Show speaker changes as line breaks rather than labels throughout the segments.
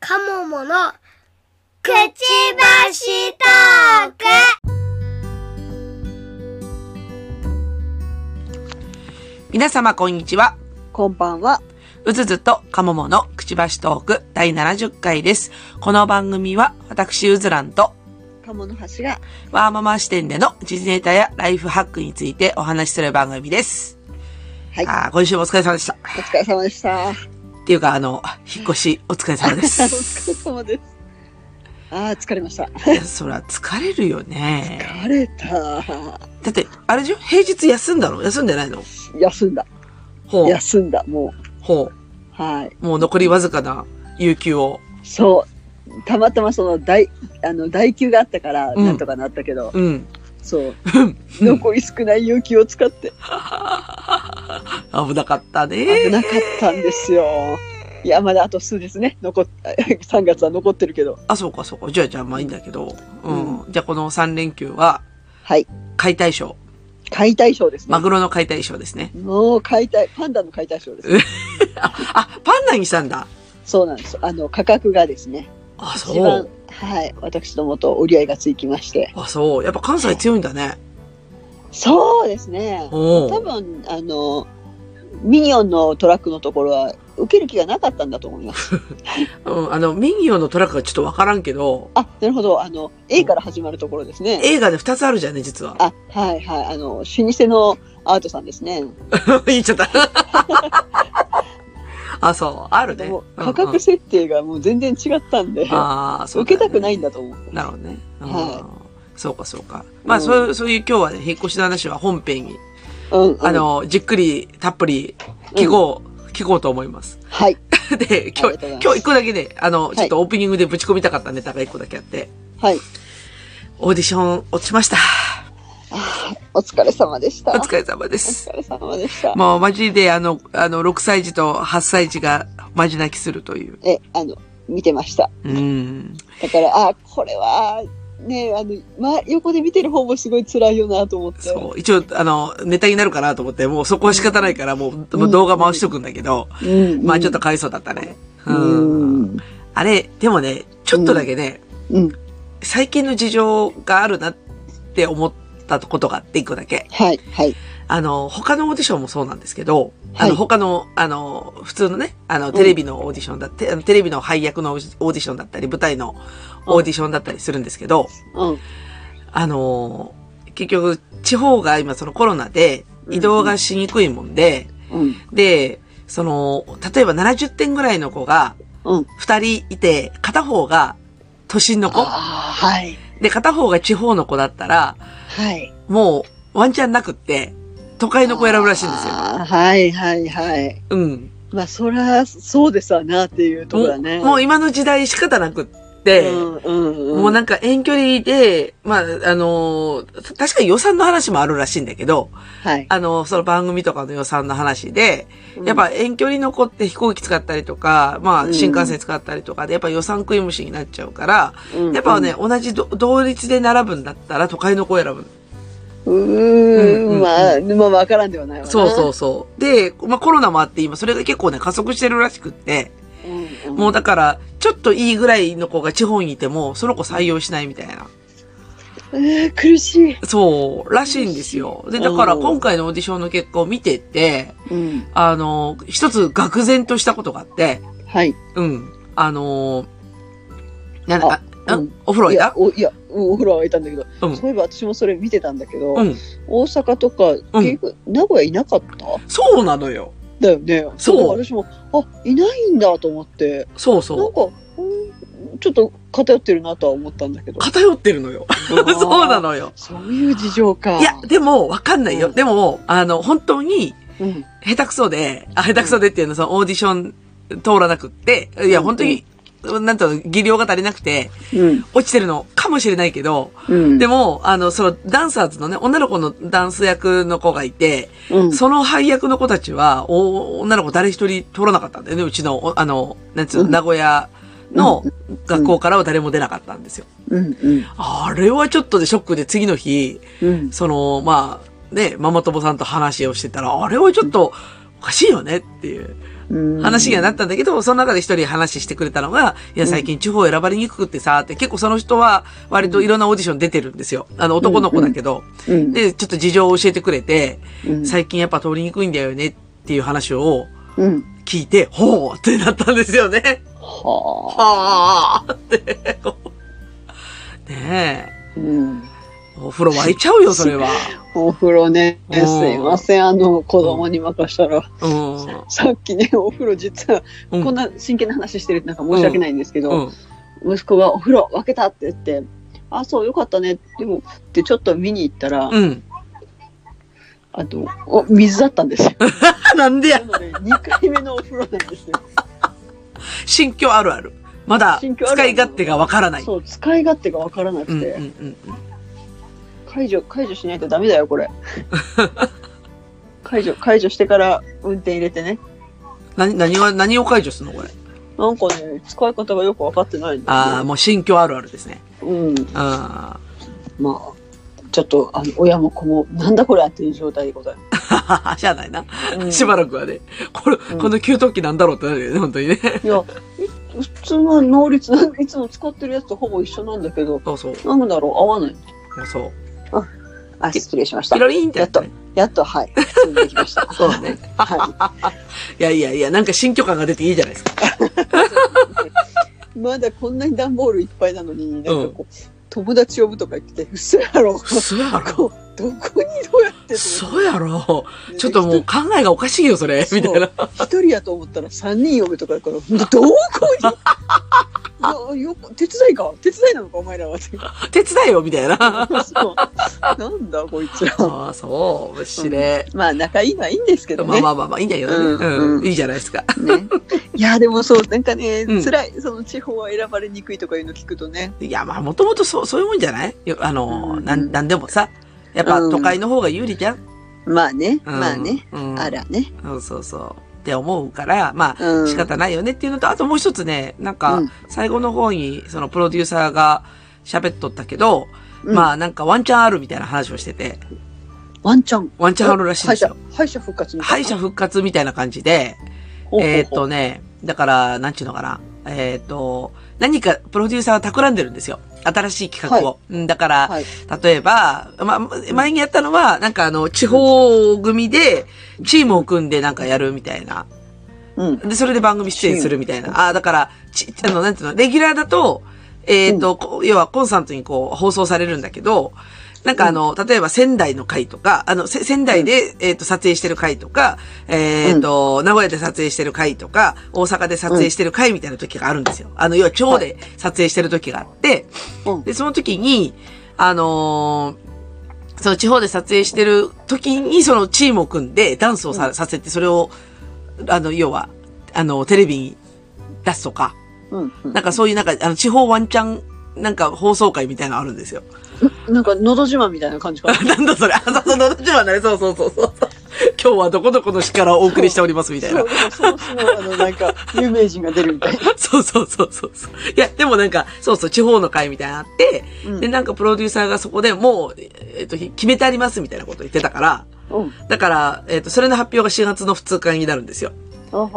カモモのくちばしトーク
皆様、こんにちは。
こんばんは。
うずずとかもものくちばしトーク第70回です。この番組は、私、うずらんと、
鴨の橋が、
ワーママ視点での時事ネタやライフハックについてお話しする番組です。
はい
あー今週もお疲れ様でした。
お疲れ様でした。お
っていうか、あの、引っ越し、お疲れ様 で
疲
す。
れ様です。ああ、疲れました。
いや、そら、疲れるよね。
疲れた。
だって、あれでしょ平日休んだの休んでないの
休んだ。
ほう。
休んだ、も
ほ
う。はい。
う。もう残りわずかな、有給を。
そう。たまたまその、大、あの、代休があったから、
うん
なんとかなったけど、
うん。
そう。
うん
残り少ない勇気を使って、
危なかったね。
危なかったんですよ。いや、まだあと数日ね、残っ、3月 は残ってるけど。
あ、そうか、そうか。じゃあ、じゃあ、まあいいんだけど。うん。
う
じゃあ、この3連休は、
はい。
解体ショー。
解体ショーですね
マ。グロの解体ショーですね。
もう解体、パンダの解体ショーです。
あ、パンダにしたんだ。
そうなんです。あの、価格がですね、
あ、
一
そ
番
う。、
はい、私どもと折り合いがついきまして。
あ、そう。やっぱ関西強いんだね。
そうですね。
お
多
お。
分、あの、ミニオンのトラックのところは、受ける気がなかったんだと思います。
うん、あの、ミニオンのトラックがちょっとわからんけど、
あ、なるほど。あの、A から始まるところですね。
映画で2つあるじゃんね、実は。
あ、はいはい。あの、老舗のアートさんですね。
言っちゃった。 あ、そう。あるね
もう。
うん
価格設定がもう全然違ったんで、
ああ、そうだ
受
ね、
けたくないんだと思う。
なるほどね。うん
は
そうか、そうか。まあ、
うん
そう、そういう今日はね、引っ越しの話は本編に、
うん、うん
あ、の、じっくり、たっぷり、聞こう、聞こうと思います。
はい。
で、今
あ
日
りがとうございま、す
今日一個だけね、あの、
い
ちょっとオープニングでぶち込みたかったネタが一個だけあって、
はい。
オーディション落ちました。
あーお疲れ様でした。
お疲れ様で
お
す。
疲れ様でした。
もうマジであの、あの、6歳児と8歳児がマジ泣きするという。
え、あの、見てました。
うん。
だから、あ、これは、ね、あの、ま、横で見てる方もすごい辛いよなと思って。
そう。一応、あの、ネタになるかなと思って、もうそこは仕方ないから、もう、もう動画回しとくんだけど、
うん
まあちょっと、かわいそうだったね。
う
うん。
ん。
あれ、でもね、ちょっとだけね、
うん。
最近の事情があるなって思ったことがあって、一個だけ。
はい、はい。
あの、他のオーディションもそうなんですけど、
は
あ
い
の、他の、あの、普通のね、あの、テレビのオーディションだって、あのテレビの配役のオーディションだったり、舞台のオーディションだったりするんですけど、
うん。
あの、結局、地方が今そのコロナで移動がしにくいもんで、
うん。
で、その、例えば70点ぐらいの子が
うん。
2人いて、片方が都心の子、
ああ、はい。
で、片方が地方の子だったら、
はい。
もうワンチャンなくって、都会の子選ぶらしいんですよ。
あーはい、はい、はい。
うん。
まあ、そら、そうですわなっていうところだね。
もうもう今の時代仕方なくって、
うん、うん、うん。
もうなんか遠距離で、まあ、あのー確かに予算の話もあるらしいんだけど、
はい。
あのその番組とかの予算の話で、やっぱ遠距離の子って飛行機使ったりとか、まあ、
うん
新幹線使ったりとかで、やっぱ予算食い虫になっちゃうから、
うん、
やっぱね、同じど同率で並ぶんだったら都会の子を選ぶ。
うん、
うん
う
うん
ーん、まあ、まあ、わからんではないわな。
そうそうそう。で、まあコロナもあって今それが結構ね、加速してるらしくって、
うん。うん
もうだから、ちょっといいぐらいの子が地方にいても、その子採用しないみたいな。
えー苦しい。
そう、らしいんですよ。で、だから
うん
今回のオーディションの結果を見てて、
うん。
あの、一つ愕然としたことがあって、
はい。
うん、あの、なんだ、あ、
うん
お風呂
い
入っ
や、おいや、うんお風呂は沸いたんだけど、
たうん
そう。いえば私もそれ見てたんだけど、
うん。
大阪とか、
うん
結局、名古屋いなかった
そうなのよ。
だよね。
そう
だから私も、あ、いないんだと思って、
そう
なん
そ
か、うんちょっと偏ってるなとは思ったんだけ
う。。
ど
偏ってるのよ。 そうな。のよ。
そういう事情か。
いや、でも、わかんないよ。
うん
でも、あの、本当に、
うん、
下手くそで、あ、下手くそでっていうのは、そのオーディション通らなくって、いや、
うん
本当に、なんと、技量が足りなくて、
うん、
落ちてるのかもしれないけど、
うん。
でも、あの、その、ダンサーズのね、女の子のダンス役の子がいて、
うん、
その配役の子たちは、お女の子誰一人通らなかったんだよね、うちの、おあの、なんつうの、
うん
名古屋の学校からは誰も出なかったんですよ。
うん、うん、
あれはちょっとでショックで、次の日、
うん。
その、まあ、ね、ママ友さんと話をしてたら、あれはちょっとおかしいよねっていう。
うん
話にはなったんだけど、その中で一人話してくれたのが、いや、最近地方選ばれにくくってさ、って結構その人は割といろんなオーディション出てるんですよ。あの、男の子だけど。
うん
で、ちょっと事情を教えてくれて、
うん
最近やっぱ通りにくいんだよねっていう話を
うん。
聞いて、ほうってなったんですよね。
はあ。
はあって。ね
うん。
え。お風呂沸いちゃう よ、それは。
お風呂ね、
お
す
ー
いません。あの、子供に任したら、
うん。
さっきね、お風呂実は、
うん
こんな真剣な話してるってなんか申し訳ないんですけど、
うん。
息子がお風呂分けたって言って、あ、そう、よかったね。でも、で、ちょっと見に行ったら、
うん。
あの、お水だったんですよ。
あなんでや
な。ので、2回目のお風呂なんです よ。
心境あるある。まだ、使
心境あるある
い勝手がわからない。
そう、使い勝手が分からな
う
く
んうん
て、
うんうん。
解除、解除しないとダメだよ、これ。解除、解除してから運転入れてね。
何、何が、何を解除するのこれ。
なんかね、使い方がよく分かってないんですよ。
ああ、もう心境あるあるですね。
うん。
あ
まあ、ちょっと、あの、親も子も、なんだこれっていう状態でございま
あ。しゃあないな。
す。うん
しばらくはね。これ、
ん
この給湯器なんだろうってなるよね、本当にね。
いや、い普通の能率、 いつも使ってるやつとほぼ一緒なんだけど、
そうそう。
なんだろう、合わない。
そう。
あ、失礼しまし
ピロリンって
やっ
った
と
ね。、
やっと、はい。普通にできました。
そうだね。
はい
やいやいや、なんか新居感が出ていいじゃないですか。
い。まだこんなに段ボールいっぱいなのに、なんかこう、友達呼ぶとか言ってて、嘘やろ。
嘘やろ。
こうどこにどうやってと思
そうやろ。
て
ちょっともう考えがおかしいよ、それ。
そう
みたいな。
一人やと思ったら三人呼べとかだから、どこによよ手伝いか手伝いなのかお前 らはって
手伝えよ、みたいな。
そうなんだこいつら
ああ、そう。面白い。
まあ仲いいのはいいんですけど
まあ
ね,、
まあまあまあ、いいんだけどね。
うん
う。
うんん
いいじゃないですか。
ね いやでもそうなんかね、
うん
辛いその地方は選ばれにくいとかいうの聞くとね
いや、まあ、もともとそう、そういうもんじゃないよあの、
うん
なん、なんでもさ。やっぱ
うん
都会の方が有利じゃん、
まあね、
うん
まあね、
うん
あらね
そうそうそう。って思うから、まあ、
うん
仕方ないよねっていうのと、あともう一つね、なんか
うん、
最後の方に、そのプロデューサーが喋っとったけど、
うん
まあ、なんかワンチャンあるみたいな話をしてて、
ワンチャン
ワンチャンあるらしいんですよ。
敗者敗者復活みたい
敗
な
者復活みたいな感じで、
ほうほうほう
えーっとね、だから、なんちゅうのかな。えーっと、何かプロデューサーは企んでるんですよ。新しい企画を。うんだから、
はい
例えば、ま、前にやったのは、なんかあの、地方組で、チームを組んでなんかやるみたいな。
うん
で、それで番組出演するみたいな。ああー、だから、ち、あの、なんていうの、レギュラーだと、えっ、と、こう要はコンサートにこう、放送されるんだけど、なんかあの、例えば仙台の回とか、あの、せ仙台で、えっ、と、撮影してる回とか、えっ、と、名古屋で撮影してる回とか、大阪で撮影してる回みたいな時があるんですよ。あの、要は町で撮影してる時があって、
うん
で、その時に、あのーその地方で撮影してる時に、そのチームを組んで、ダンスをさ,、させて、それを、あの、要は、あの、テレビに出すとか、
うんうん
なんかそういうなんか、あの、地方ワンチャン、なんか放送会みたいなのあるんですよ。
なんか、のど自慢みたいな感じかな。
なんだそれ、 あ、そうそう、どっちもない、そうそうそうそう。今日はどこどこの市からお送りしておりますみたいな
そう、。でもその市の、あの、なんか、有名人が出るみ たいな。
そうそうそうそうそう。いや、でもなんか、そうそう、地方の会みたいなのあって、
うん
で、なんかプロデューサーがそこでもう、えっと、ひ決めてありますみたいなこと言ってたから、
うん。
だから、えっ、と、それの発表が4月の2日になるんですよ。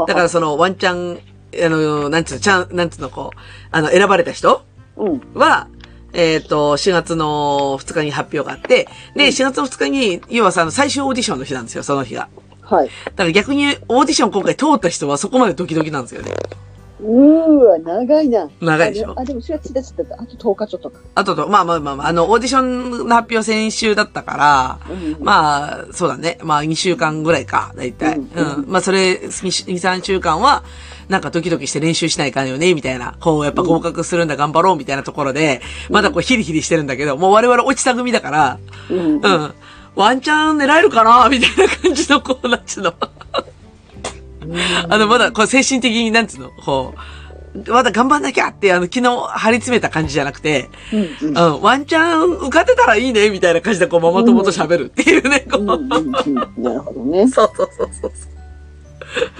だからその、ワンチャン、あの、なんつうの、ちゃん、なんつうの、こう、あの、選ばれた人
うん。
は、えっ、と、4月の2日に発表があって、で、4月の2日に、要はさ、あの最終オーディションの日なんですよ、その日が。
はい。
だから逆に、オーディション今回通った人はそこまでドキドキなんですよね。
うーわ、長いな。
長いでしょ
あ、もあでも4月1日だった。あと10日ちょっとか。
あとと、まあまあまあまあ、あの、オーディションの発表先週だったから、
うん
まあ、そうだね。まあ、2週間ぐらいか、だいたい。う
うんん。
まあ、それ、2、3週間は、なんかドキドキして練習しないかんよね、みたいな。こう、やっぱ合格するんだ、頑張ろう、みたいなところで、まだこう、ヒリヒリしてるんだけど、もう我々落ちた組だから、
うん。
うん。ワンチャン狙えるかなみたいな感じの、こう、なんちゅうの。あの、まだ、こう、精神的になんつうの、こう、まだ頑張んなきゃって、あの、昨日張り詰めた感じじゃなくて、
うん。
うん、ワンチャン受かってたらいいね、みたいな感じで、 こう、ママ友と喋るっていうね、こう、
うん。うん。うん。なるほどね。
そうそうそうそう。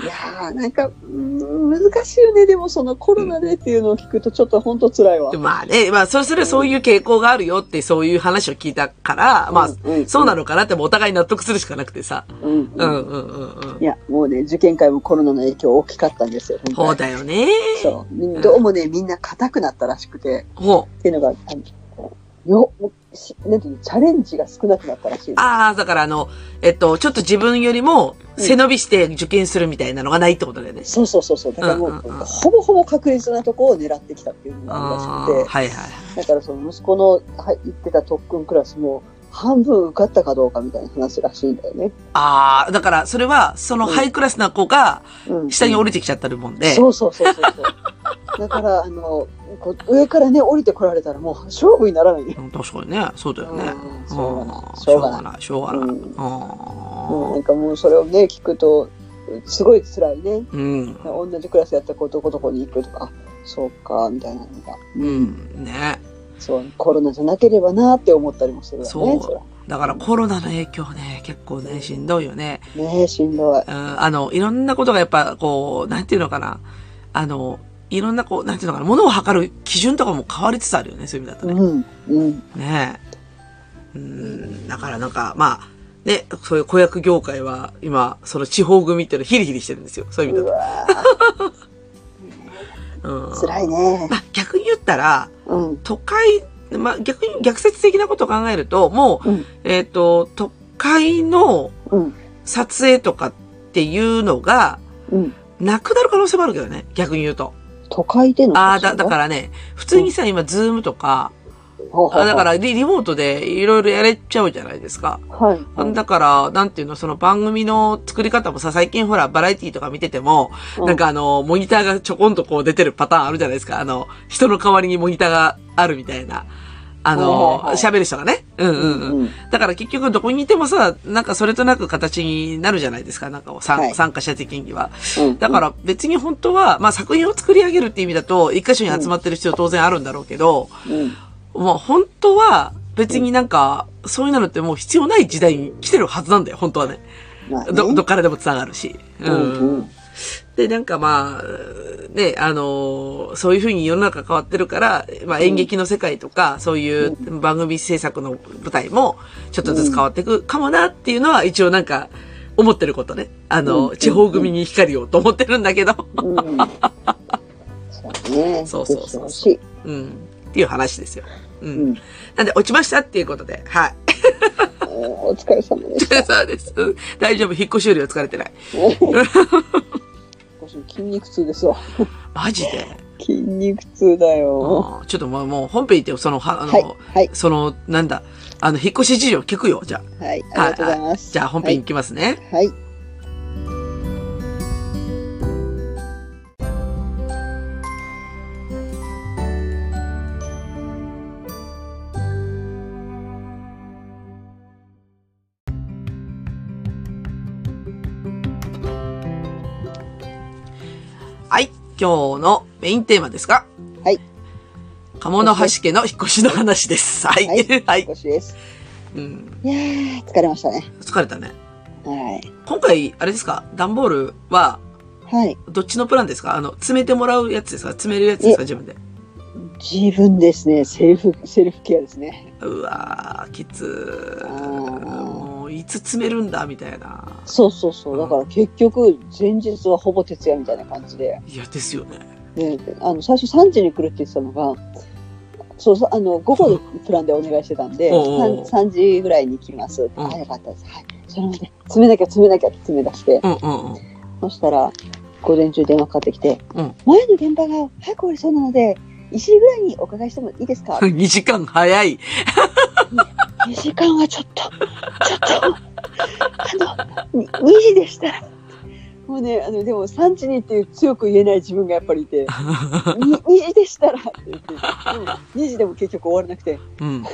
いやーなんか、うん難しいよね。でもそのコロナでっていうのを聞くとちょっと本当辛いわ。
まあね、まあ、それそれそういう傾向があるよって、そういう話を聞いたから、まあ、
うん
そうなのかなって、もうお互い納得するしかなくてさ。
うん
う
うんん。
うんうんうん
い。や、もうね、受験会もコロナの影響大きかったんですよ。本当に
ほうだよね。
そうみ。どうもね、みんな硬くなったらしくて、
ほう。
っていうのが、あのよ、もうしなんていうの、チャレンジが少なくなったらしい。
ああ、だからあの、えっと、ちょっと自分よりも背伸びして受験するみたいなのがないってことだよね。
そうそうそうそう。だからもう、
うんうんうん
ほぼほぼ確実なとこを狙ってきたっていうのが
あ
あ
あ
る
ー、
らしく
はいはい。
て、だからその息子のはい行ってた特訓クラスも、半分受かったかどうかみたいな話らしいんだよね。
ああ、だからそれは、そのハイクラスな子が
うん、
下に降りてきちゃってるもんで。
そうそうそうそうそう。だから、あの、こう上からね、降りてこられたらもう勝負にならないね。
うん確かにね、そうだよね。
うんそうな
うん
の
し
しょ
ょう
うが
が
ない。
ない、しょうがない。
うんも
あ
うなんかもうそれをね、聞くと、すごい辛いね。
ーうん。
同じクラスやった子どこどこに行くとか、あそうか、みたいなのが。
うん。ね。
そう、コロナじゃなければなって思ったりもするわね。
そう
そ
だからコロナの影響ね、結構ね、しんどいよね。
れねえ、しんどい。
うんあの、いろんなことがやっぱ、こう、なんていうのかな。あの、いろんな、こう、なんていうのかな、ものを測る基準とかも変わりつつあるよね、そういう意味だとね。
うん、うん。
ねえ。うん、だからなんか、まあ、ね、そういう子役業界は、今、その地方組っていうのヒリヒリしてるんですよ、そういう意
う
味だ
わ
と。うん。
ー辛いね。
まあ、逆に言ったら、
うん。
都会、まあ、逆に逆説的なことを考えると、もう、
うん
えっ、と、都会の
うん。
撮影とかっていうのが、
うん。
なくなる可能性もあるけどね、逆に言うと。
都会での
ああ、だ、だからね、普通にさ、今、ズームとか、あだ
だ
か
から、
らリ、リモートでいろいろやれちゃうじゃないですか。
はい。
だから、なんていうの、その番組の作り方もさ、最近ほら、バラエティとか見てても、
うん
なんかあの、モニターがちょこんとこう出てるパターンあるじゃないですか。あの、人の代わりにモニターがあるみたいな。あの、喋、
はいはいはい
る人がね。うんうんうん。
うん
だから結局どこにいてもさ、なんかそれとなく形になるじゃないですか。なんかを参,、
はい
参加者的には。
うん
だから別に本当は、まあ作品を作り上げるって意味だと、一箇所に集まってる必要当然あるんだろうけど、
うん。
まあ本当は別になんか、そういうのってもう必要ない時代に来てるはずなんだよ、本当はね。
まあね
ど、どっからでも繋がるし。う
うん
ん。
うん。
で、なんかまあ、ね、あのーそういうふうに世の中変わってるから、まあ演劇の世界とか、そういう番組制作の舞台も、ちょっとずつ変わっていくかもなっていうのは、一応なんか、思ってることね。あの、
うん
地方組に光をと思ってるんだけど、
うん。そうね。
そうそうそう
ぜひ欲しい
うん。っていう話ですよ。う。
うんん。
なんで、落ちましたっていうことで、はい。
お疲れ様です。
そうです。うん大丈夫。引っ越しよりは疲れてない。
私筋肉痛ですわ。
マジで。
筋肉痛だよ。
あーちょっともう、もう本編行ってよ、その、はあの、
はい。はい。
その、なんだ、あの、引っ越し事情聞くよ、じゃあ。
はい。ありがとうございます。
じゃあ本編行きますね。
はい。はい。
はい。今日のメインテーマですが。
はい。
鴨の橋家の引っ越しの話です。はい。
は
はいい。
少しです。
うん。
いやー、疲れましたね。
疲れたね。
はい。
今回、あれですか段ボールは、
はい。
どっちのプランですかあの、詰めてもらうやつですか詰めるやつですか自分で。
自分ですね。セルフ、セルフケアですね。
うわー、きつー。
あー
もう、いつ詰めるんだみたいな。
そうそうそう。だから結局、前日はほぼ徹夜みたいな感じで。
いや、ですよね。
ね、あの、最初3時に来るって言ってたのが、そうそう、あの、午後のプランでお願いしてたんで、
おうおうおう
3, 3時ぐらいに来ます。
うん
あ、よかったです。はい。それまで、詰めなきゃ詰めなきゃって詰め出して、
うんうんうん。
そしたら、午前中電話かかってきて、
うん
前の現場が早く終わりそうなので、1時ぐらいにお伺いしてもいいですか
2時間早い。
2時間はちょっと、ちょっと、あの、に2時でした。もうね、あの、でも3時にっていう強く言えない自分がやっぱりいて、に2時でしたらって言って、でも2時でも結局終わらなくて、
うん。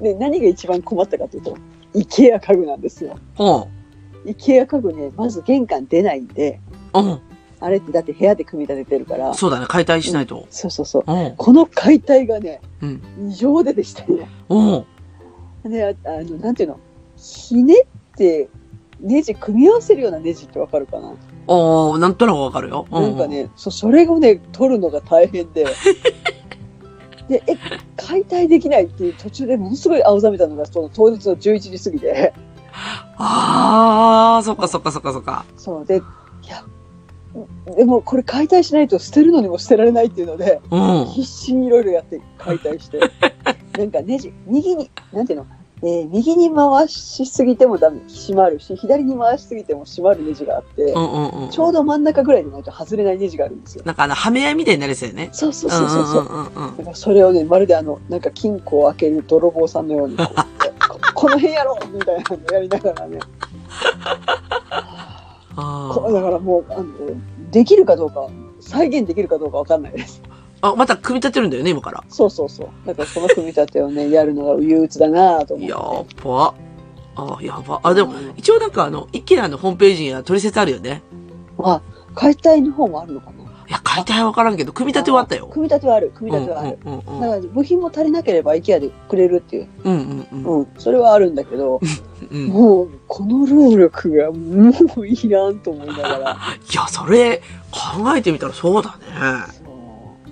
で、何が一番困ったかというと、IKEA 家具なんですよ。
ほ
IKEA 家具ね、まず玄関出ないんで、
う。うん。
あれってだって部屋で組み立ててるから、
そうだね。解体しないと。
そうそうそう。
うん。
この解体がね、
うん
異常ででしたね。
うん。
ね、ああの、なんていうの、ひねってネジ組み合わせるようなネジってわかるかな、
おー、なんとなくわかるよ。う
なんか。ねそそれをね取るのが大変 ででえ解体できないっていう途中でものすごい青ざめたのがその当日の11時過ぎで
あー、そっかそっかそっかそっか。
そうでいやでもこれ解体しないと捨てるのにも捨てられないっていうので
うん。
必死にいろいろやって解体して なんかネジ右になんていうの、えー右に回しすぎてもダメ閉まるし左に回しすぎても閉まるネジがあって、
うんうんうん。
ちょうど真ん中ぐらいでないと外れないネジがあるんですよ
なんかあの、はめ合いみたいになりそうよね。
そうそうそうそう,、
んうんうんうん。
だからそれをねまるであのなんか金庫を開ける泥棒さんのように こうやってここの辺やろうみたいなのやりながらね
あ
こ
ー
だからもうあのできるかどうか再現できるかどうかわかんないです
あ、また組み立てるんだよね、今から。
そうそうそうだからその組み立てをねやるのが憂鬱だなと思って
やば。あ、やば。あ、でも、一応なんかあの、IKEA のホームページには取説あるよね。
あ解体の方もあるのかない
や、解体はわからんけど、組み立てはあったよ。
組み立てはある組み
うん
立てはある、
うんうんう
だ
ん
から部品も足りなければ IKEA でくれるっていう、
うんうんうん
うん、それはあるんだけど
うん。い
もうこの労力がもういらんと思いなが ら
や、それ、考えてみたらそうだね。う
そ
ん。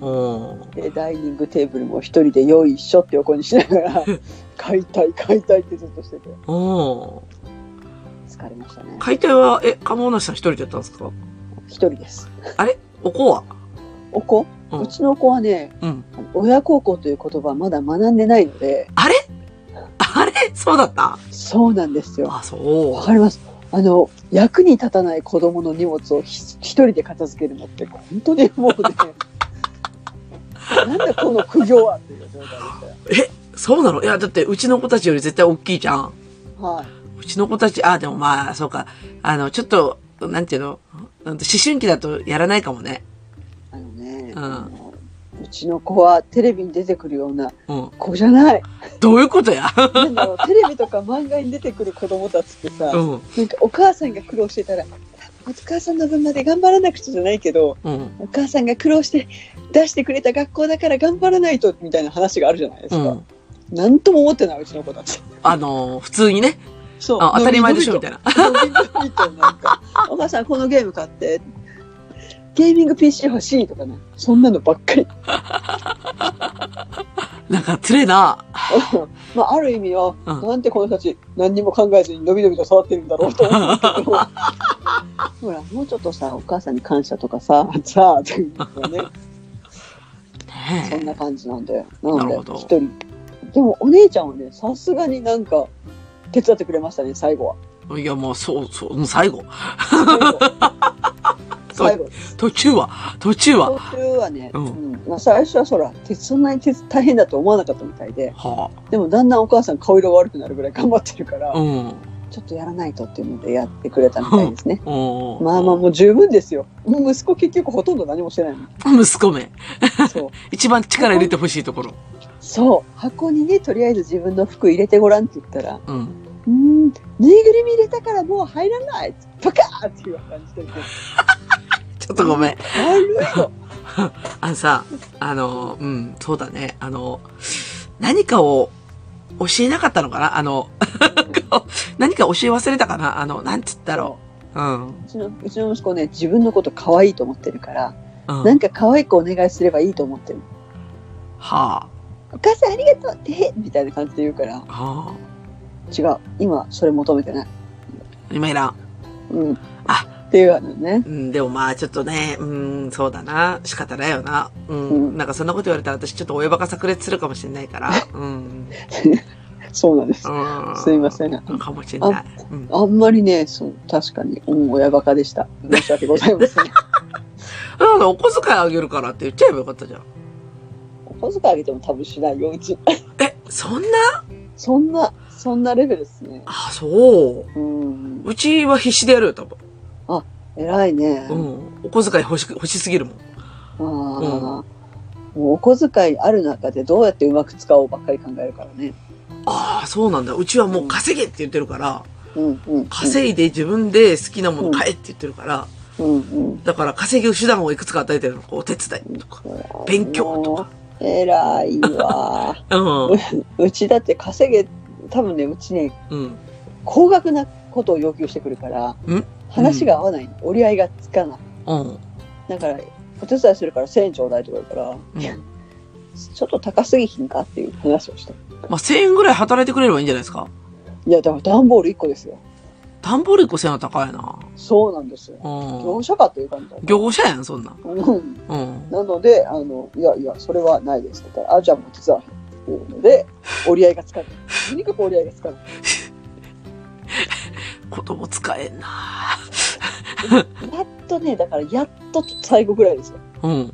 うでダイニングテーブルも一人でよいしょって横にしなが ら解体解体ってずっとしてて
うん。
疲れましたね
解体は、え、鴨梨さん一人でやったんですか
一人です
あれおこは
お子、
う
うんちの子はね
うん。
親孝行という言葉はまだ学んでないので
あれあれそうだった
そうなんですよ
あ、そ
わかります。あの、役に立たない子供の荷物をひ一人で片付けるのって、本当にもうね、 なんだこの苦行はっていう状態でしたよ。
う。そうなのいや、だって、うちの子たちより絶対大きいじゃん。
は
うちの子たち、あ、でもまあ、そうか。あの、ちょっと、なんていうのなんて思春期だとやらないかもね。
い。あのね、
うん
あのうちの子はテレビに出てくるような
うん。
子じゃない。
どういうことや
なんだろう、テレビとか漫画に出てくる子供たちってさ、
うん。
なんかお母さんが苦労してたら、お母さんの分まで頑張らなくちゃじゃないけど、
うん。
お母さんが苦労して出してくれた学校だから頑張らないとみたいな話があるじゃないです
う
か。
ん。
なんとも思ってないうちの子たち。
あの、普通にね。
そう。
あ、当たり前でしょ、みたい
な。
な。
伸び伸びとなんか、お母さんこのゲーム買って、ゲーミング PC 欲しいとかね、そんなのばっかり。
なんか、つれえな。
まあ、ある意味は、
うん
なんてこの人たち何にも考えずに伸び伸びと触ってるんだろうと思うけど、ほら、もうちょっとさ、お母さんに感謝とかさ、さあ、というのがね、そん
ね
な感じなんで、な
なるほ
ので、
ど
一人。でも、お姉ちゃんはね、さすがになんか、手伝ってくれましたね、最後は。
え。いや、もう、そう、そう、もう最後。
最後。最後です。
途中は、途中は。
途中はね、
う
うんんまあ、最初はそらてそんなに手大変だと思わなかったみたいで
は
でもだんだんお母さん顔色悪くなるぐらい頑張ってるから、
あ。うん。うん。
ちょっとやらないとっていうのでやってくれたみたいですね。ま
ま
あまあもう十分ですよ。もう息子結局ほとんど何もしてないの。
息子め。
そう。
一番力入れてほしいところ。
そう。箱にね、とりあえず自分の服入れてごらんって言ったら、
うん。
うーん、ぬいぐるみ入れたからもう入らないパカーっていう感じで。
ちょっとごめん。
軽いの。
あのさ、あの、うん、そうだね。あの、何かを教えなかったのかなあの、 何か教え忘れたかなあの、なんつったろう。うん。
うちの、うちの息子ね、自分のこと可愛いと思ってるから、
うん、
なんか可愛くお願いすればいいと思ってる。
は
お母さんありがとうってへみたいな感じで言うから
あ、はあ、
違う今それ求めてない
今いらん。
うん
あ
っていうあのね
うん、でもまあちょっとね、うん、そうだな。仕方ないよな。うん。
うん
なんかそんなこと言われたら私ちょっと親バカ炸裂するかもしれないから。うん。
そうなんです
うん。
すいません
かもしれない。うん。
あんまりねそう確かに、うん、親バカでした申し訳ございません
なのでお小遣いあげるからって言っちゃえばよかったじゃん。
お小遣いあげても多分しないようち
え、そんな
そんなそんなレベルですね
あ、そう。
うん
うちは必死でやるよ、多分。
偉いね、
う
あ
ん。お小遣い欲しく、欲しすぎるもん。
あもうお小遣いある中でどうやってうまく使おうばっかり考えるからね
ああ、そうなんだ。うちはもう稼げって言ってるから、
うんうん
稼いで自分で好きなもの買えって言ってるから、
うんうん
だから稼ぐ手段をいくつか与えてるの。こうお手伝いとか、勉強とか。
偉いわ
うん。
うちだって稼げ多分ねうちね
うん。
高額なことを要求してくるから
うん、
話が合わない。折り合いがつかない。
うん。
だから、お手伝いするから1000円ちょうだいとか言うから、
うん
いやちょっと高すぎひんかっていう話をした。
まあ、1000円ぐらい働いてくれればいいんじゃないですか。
いや、だから段ボール1個ですよ。
段ボール1個1000円は高いな。
そうなんですよ。
う
業
ん。
者かっていう感じだね。
業者やん、そんなん。
うん
うん。
なので、あの、いやいや、それはないですって言ったら、あ、じゃあもう手伝わへんっていうので、折り合いがつかない。とにかく折り合いがつかない。
子供使えんな。
やっとね、だからやっと最後ぐらいですよ。
うん。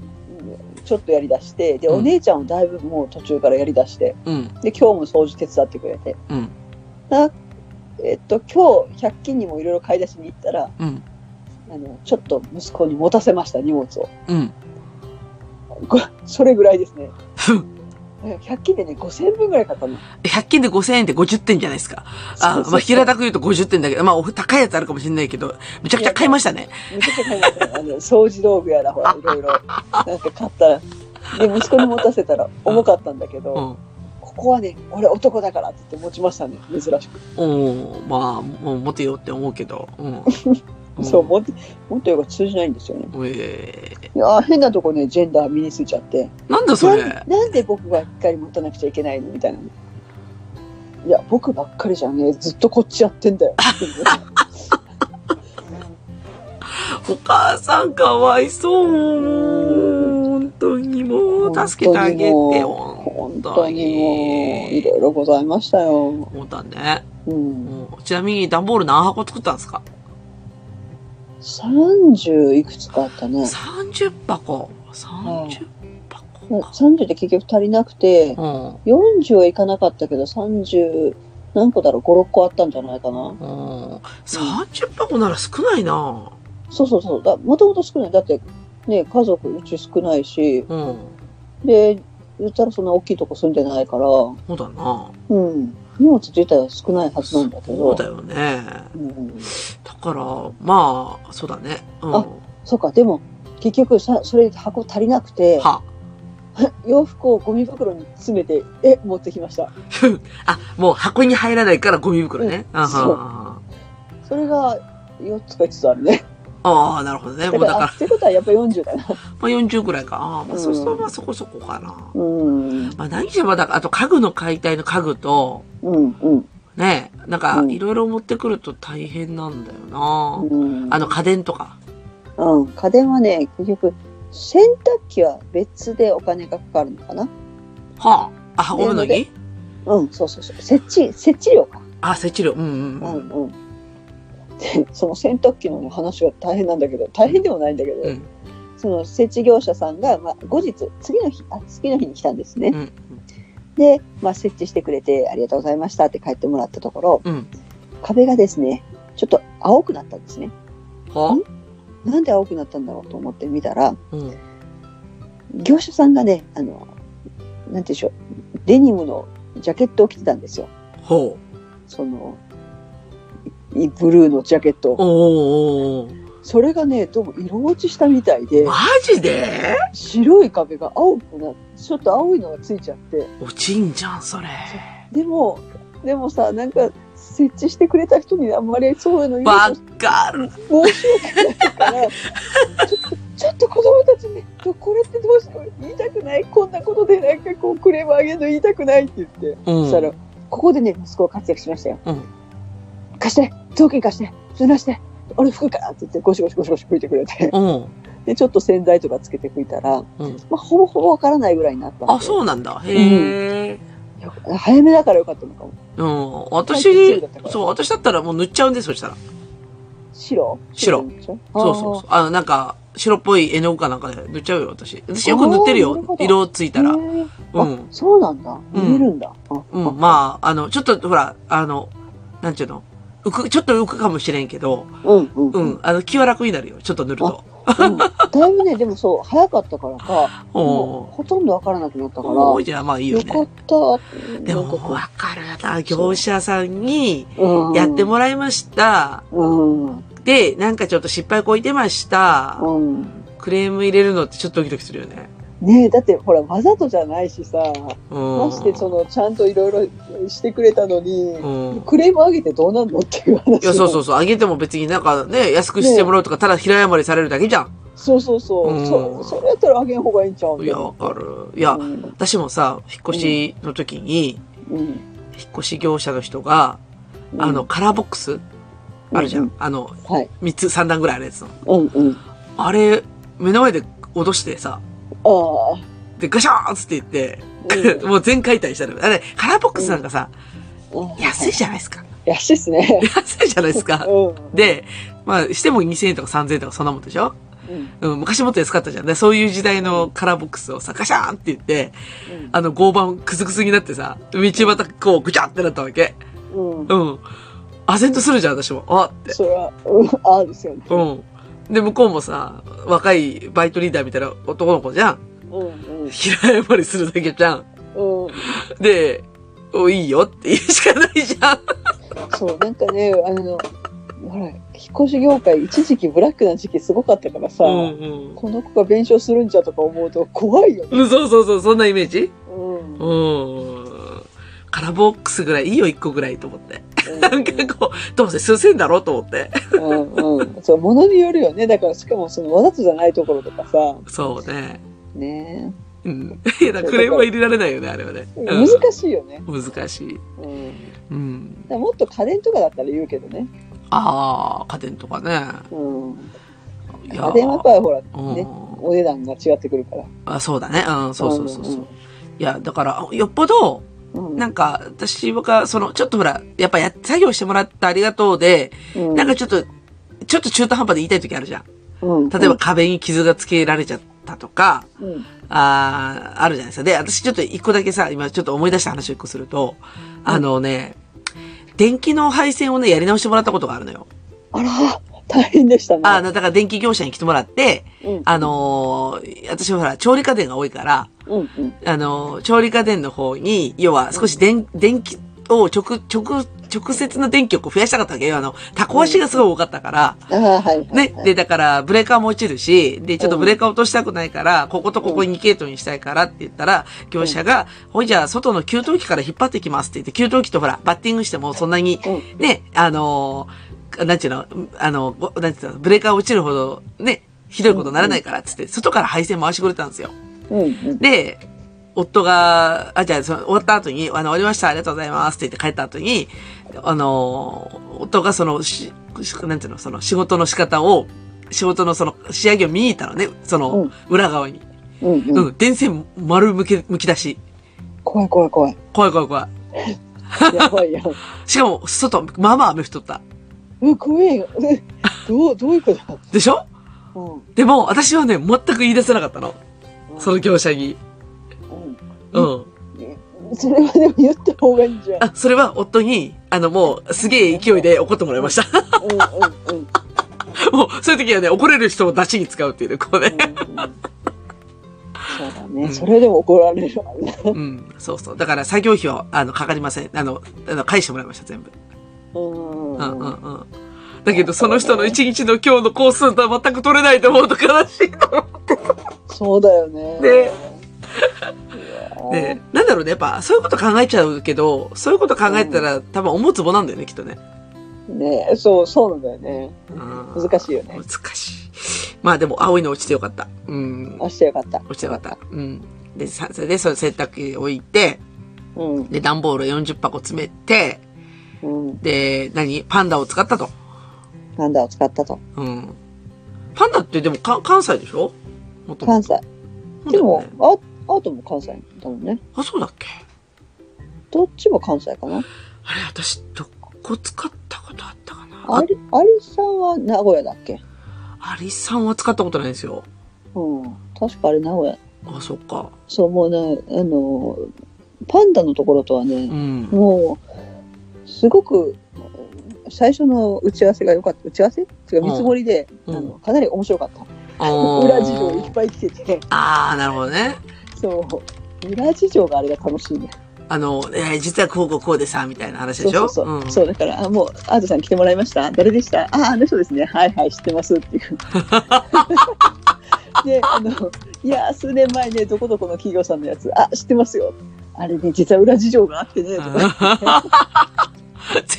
ちょっとやりだして、で、
うん
お姉ちゃんをだいぶもう途中からやりだして、
うん。
で、今日も掃除手伝ってくれて、
うん。
えっと、今日、100均にもいろいろ買い出しに行ったら、
うん。
あの、ちょっと息子に持たせました、荷物を。
うん。
ごそれぐらいですね。
ふん
100均でね、5000分ぐらい買ったの。
100均で5000円って50点じゃないですか。
そ
あ
う、そう
まあ、平たく言うと50点だけど、まあ、お高いやつあるかもしれないけど、めちゃくちゃ買いましたね。
めちゃくちゃ買いましたね。あの、掃除道具やら、ほら、いろいろ、なんか買ったら。で、息子に持たせたら重かったんだけ
う
ど、
ん。
ここはね、俺男だからって言って持ちましたね、珍しく。
うん。まあ、もう持てよって思うけど。うん。ん
そう、。持って、持ってよが通じないんですよね。
ええ
であー変なとこね、ジェンダー身についちゃって、
なんだそ
な
れ。
んなんで僕が一回持たなくちゃいけないのみたいな。いや、僕ばっかりじゃねえ、ずっとこっちやってん だよ。
お母さんかわいそう。もう本当にもう、助けてあげてよ。
本当にもう、いろいろございましたよ。
思ったね。
うん。
うんちなみに、段ボール何箱作ったんですか
30いくつかあったね。
?30 箱。30箱か。
30って結局足りなくて、
うん。
40はいかなかったけど、30何個だろう、5、6個あったんじゃないかな。
うん。30箱なら少ないな。
そうそうそう。だもともと少ない。だって、ね、家族、うち少ないし、
うん。
で、言ったらそんな大きいとこ住んでないから、
そうだな。
うん。荷物自体は少ないはずなんだけ
そ
ど。
うだよね。
うん、
だから、まあ、そうだね。うん。
あそうか、でも、結局さ、それ箱足りなくて、
は。
洋服をゴミ袋に詰めて、え、持ってきました。
あ、もう箱に入らないからゴミ袋ね。
うん
あ
そう
は
それが、4つか5つあるね。
ああ、なるほどね。
だ
も
か、
うだから
あ
ら、
ってことはやっぱ40だな。
まあ、40くらいか。ああ、まあ、そううんすると、まあ、そこそこかな。
うん。
まあ、何しろ、まだ、あと家具の解体の家具と、
うん、うん。
ね、なんか
う、ん
いろいろ持ってくると大変なんだよな。
うん、
あの、家電とか。
うん、家電はね、結局、洗濯機は別でお金がかかるのかな
はあ。あ、運ぶの
なの
に
うん、そうそうそう。設置、設置料か。
あ、設置料。うんうん
う
うんん。
うん。で、その洗濯機のね話は大変なんだけど、大変でもないんだけど、
うん
その設置業者さんが、まあ、後日、次の日、あ、次の日に来たんですね。
うん
で、まあ、設置してくれてありがとうございましたって帰ってもらったところ、
うん。
壁がですね、ちょっと青くなったんですね。
は
なんで青くなったんだろうと思って見たら、
あ。うん。
業者さんがね、あの、なんていうんでしょう、デニムのジャケットを着てたんですよ。
ほう。
その、いブルーのジャケットを。
おーおーおー
それがね、どうも色落ちしたみたいで、
マジで
白い壁が青くなって、ちょっと青いのがついちゃって、
落ちんじゃん、それ。
でも、でもさ、なんか、設置してくれた人にあんまりそういうの言
わ
う
かる。
と申し訳ないから、ちょっと、ちょっと子供たちに、これってどうしても言いたくない、こんなことでなんかこうクレームあげるの言いたくないって言って、
う
そしたら、ここでね、息子が活躍しましたよ。
うん
貸して、雑巾貸して、ずらして、俺服からって言って、ゴシゴシゴシゴシ拭いてくれて、
うん。
で、ちょっと洗剤とかつけて拭いたら、
うん
まあ、ほぼほぼわからないぐらいになったんで
あ、そうなんだ。へえ。
よ早めだからよかったのかも。
うん。
入って
私
すぐだったか、ら
そう、私だったらもう塗っちゃうんです、そしたら。
白
白
でしょ
そうそうそう。あの、なんか、白っぽい絵の具かなんかで塗っちゃうよ、私。私よく塗ってる
あーな
よ
るほ。ど
色ついたら。
へー
う
あ
ん。
そうなんだ。見えるんだ。あ
うん。まあ、あの、ちょっと、ほら、あの、なんちゅうの。浮く、ちょっと浮くかもしれんけど、
あうんうん
う
うん。
ん。あの、気は楽になるよ。ちょっと塗ると。
うんだいぶね、でもそう、早かったからか、
お
もうほとんどわからなくなったから、
おーじゃあまあいいよ
よ
ね
か。った。
で
なんか
も、
こ
わかるな。業者さんに、
ううん
やってもらいました。
うん。
で、なんかちょっと失敗こいてました。
うん。
クレーム入れるのってちょっとドキドキするよね。
ねえだってほらわざとじゃないしさ
うん。
ましてそのちゃんといろいろしてくれたのに、
うん。
クレーム上げてどうなんのっていう話
いや、そうそううそう。あげても別になんかね、安くしてもらうとか、ただ平謝りされるだけじゃん。
そうそうそう、
うん
そそれやったら上げん方がいいんちゃうん
いや、わかる。い
い
や、私もさ、引っ越しの時に、
うん
引っ越し業者の人が、
うん
あの、カラーボックスあるじゃ。
うん
あの、
はい
3つ、3段ぐらいあるやつの。
うんうん
あれ、目の前で脅してさ、
ああ
で、ガシャーンっつって言って、
うん
もう全解体したの。あれ、カラーボックスなんかさ、
うん
安いじゃないですか。
安いっ すね
安いじゃないですか。
うん
で、まあ、しても2000円とか3000円とかそんなもんでしょ
うん
うん、昔もっと安かったじゃん。でそういう時代のカラーボックスをさ、ガシャーンって言って、
うん
あの、合板くずくずになってさ、道端こう、ぐちゃってなったわけ。
うん
うん。唖然とするじゃん、私も。あって。
それは、うん、ああですよね。
うん。で、向こうもさ、若いバイトリーダーみたいな男の子じゃん。
うんうん
平謝りするだけじゃん。
うん、
で、おいいよって言うしかないじゃん。
そうなんかねあのほら引っ越し業界一時期ブラックな時期すごかったからさ、
うん
この子が弁償するんじゃとか思うと怖いよね。
うん。そうそうそう、そんなイメージ
うん
う、ん。カラボックスぐらいいいよ、一個ぐらいと思って。なんかこう、どうせ数千円だろうと思って。
うん うん、そう物によるよねだからしかもそのわざとじゃないところとかさ
そうね。
ね
うん。 いや、だからクレームは入れられないよね、あれはね。
え
うん
難しいよね、
難しい。
うん、だ
うん。
からもっと家電とかだったら言うけどね、
ああ、家電とかね。
うん、
い
家電はやっぱりほら
う
ね
ん。
お値段が違ってくるから
あそうだね。うん、そうそうそうそう。いや、だから、よっぽど、
うん
なんか、私が、その、ちょっとほら、やっぱや、作業してもらってありがとうで、
うん
なんかちょっと、ちょっと中途半端で言いたい時あるじゃん。
うん
例えば壁に傷がつけられちゃったとか、
うん
ああ、あるじゃないですか。で、私ちょっと一個だけさ、今ちょっと思い出した話を一個すると、あのね、電気の配線をね、やり直してもらったことがあるのよ。
あら大変でしたね
ああ、だから電気業者に来てもらって、
うん
あのー私ほら、調理家電が多いから、
うんうん
あの、調理家電の方に、要は少し電、電気を直、直、直接の電気をこう増やしたかったわけよ。あの、タコ足がすごい多かったから。
ああはいはい、
ね。で、だから、ブレーカーも落ちるし、で、ちょっと
うん
ブレーカー落としたくないから、こことここに2系統にしたいからって言ったら、業者が、ほいじゃあ、外の給湯器から引っ張ってきますって言って、給湯器とほら、バッティングしてもそんなに、
うん
ね、あのーなんちゅうの、あの、ごなんちゅうの、ブレーカー落ちるほど、ね、ひどいことにならないからっつって、外から配線回してくれたんですよ。
うんうん
で、夫が、あ、じゃあ、その、終わった後に、あの、終わりました、ありがとうございますって言って帰った後に、あの、夫がその、し、しなんていうの、その、仕事の仕方を、仕事のその、仕上げを見に行ったのね、その、
うん
裏側に。
うん
う
うん
ん、電線丸むけ、むき出し。
怖い怖い怖い
怖い怖い怖い。
やばいやばい
しかも、外、まあまあ雨降っとった。
うん怖いよ うんどうどういうことだ
でしょ
うん
でも、私はね、全く言い出せなかったの。
うん
その業者に。うん。
うんそれはでも言った方がいいんじゃん
あ、それは夫に、あの、もう、すげえ勢いで怒ってもらいました。
うんうんうん
もう、そういう時はね、怒れる人を出しに使うっていうね、こうね。
うんうんそうだね、
うん
それでも怒られるわね。
うん、そうそう。だから作業費は、あの、かかりません。あの、あの返してもらいました、全部。
うん
うん、うん、うん。だけど、その人の一日の今日のコースとは全く取れないと思うと悲しいと思
そうだよね。
ね
う
うんね。なんだろうね、やっぱ、そういうこと考えちゃうけど、そういうこと考えたら、多分思うツボなんだよね、きっとね。
ねそう、そうなんだよね。
うん
難しいよね
難。しい。まあでも、青いの落ちてよかった。うん。
あ、してよかった。
落ちてよかった。うん。で、さそれで、その洗濯機置いて、
うん。
で、段ボール40箱詰めて、
うん。
で、何パンダを使ったと。
なんだを使ったと。
うん。パンダってでもか関西でしょもとも
関
と
西。でも、あアートも関西だもんね。
あ、そうだっけ
どっちも関西かな。
あれ、私、どこ使ったことあったかな
あ
あ
り、ありさんは名古屋だっけ
アリさんは使ったことないんですよ。
うん。確かあれ名古屋。
あ、そっか。
そう、もうね、あの、パンダのところとは
う
ね、
ん。
もう、すごく、最初の打ち合わせが良かった。打ち合わせっていうか見積もりで、
うん
あのかなり面白かった。
おー
裏事情いっぱい来てて、
あー、なるほどね。
そう。裏事情があれが楽しいね。
あの、えー実はこうこうこうでさ、みたいな話で
そう
し
そ
ょ
うそう。
ん、
そうだから、あもう、アートさん来てもらいました誰 でしたあ、あの人ですね。はいはい、知ってますっていう。で、あの、いやー、数年前ね、どこどこの企業さんのやつ、あ、知ってますよ。あれね、実は裏事情があってね、とか、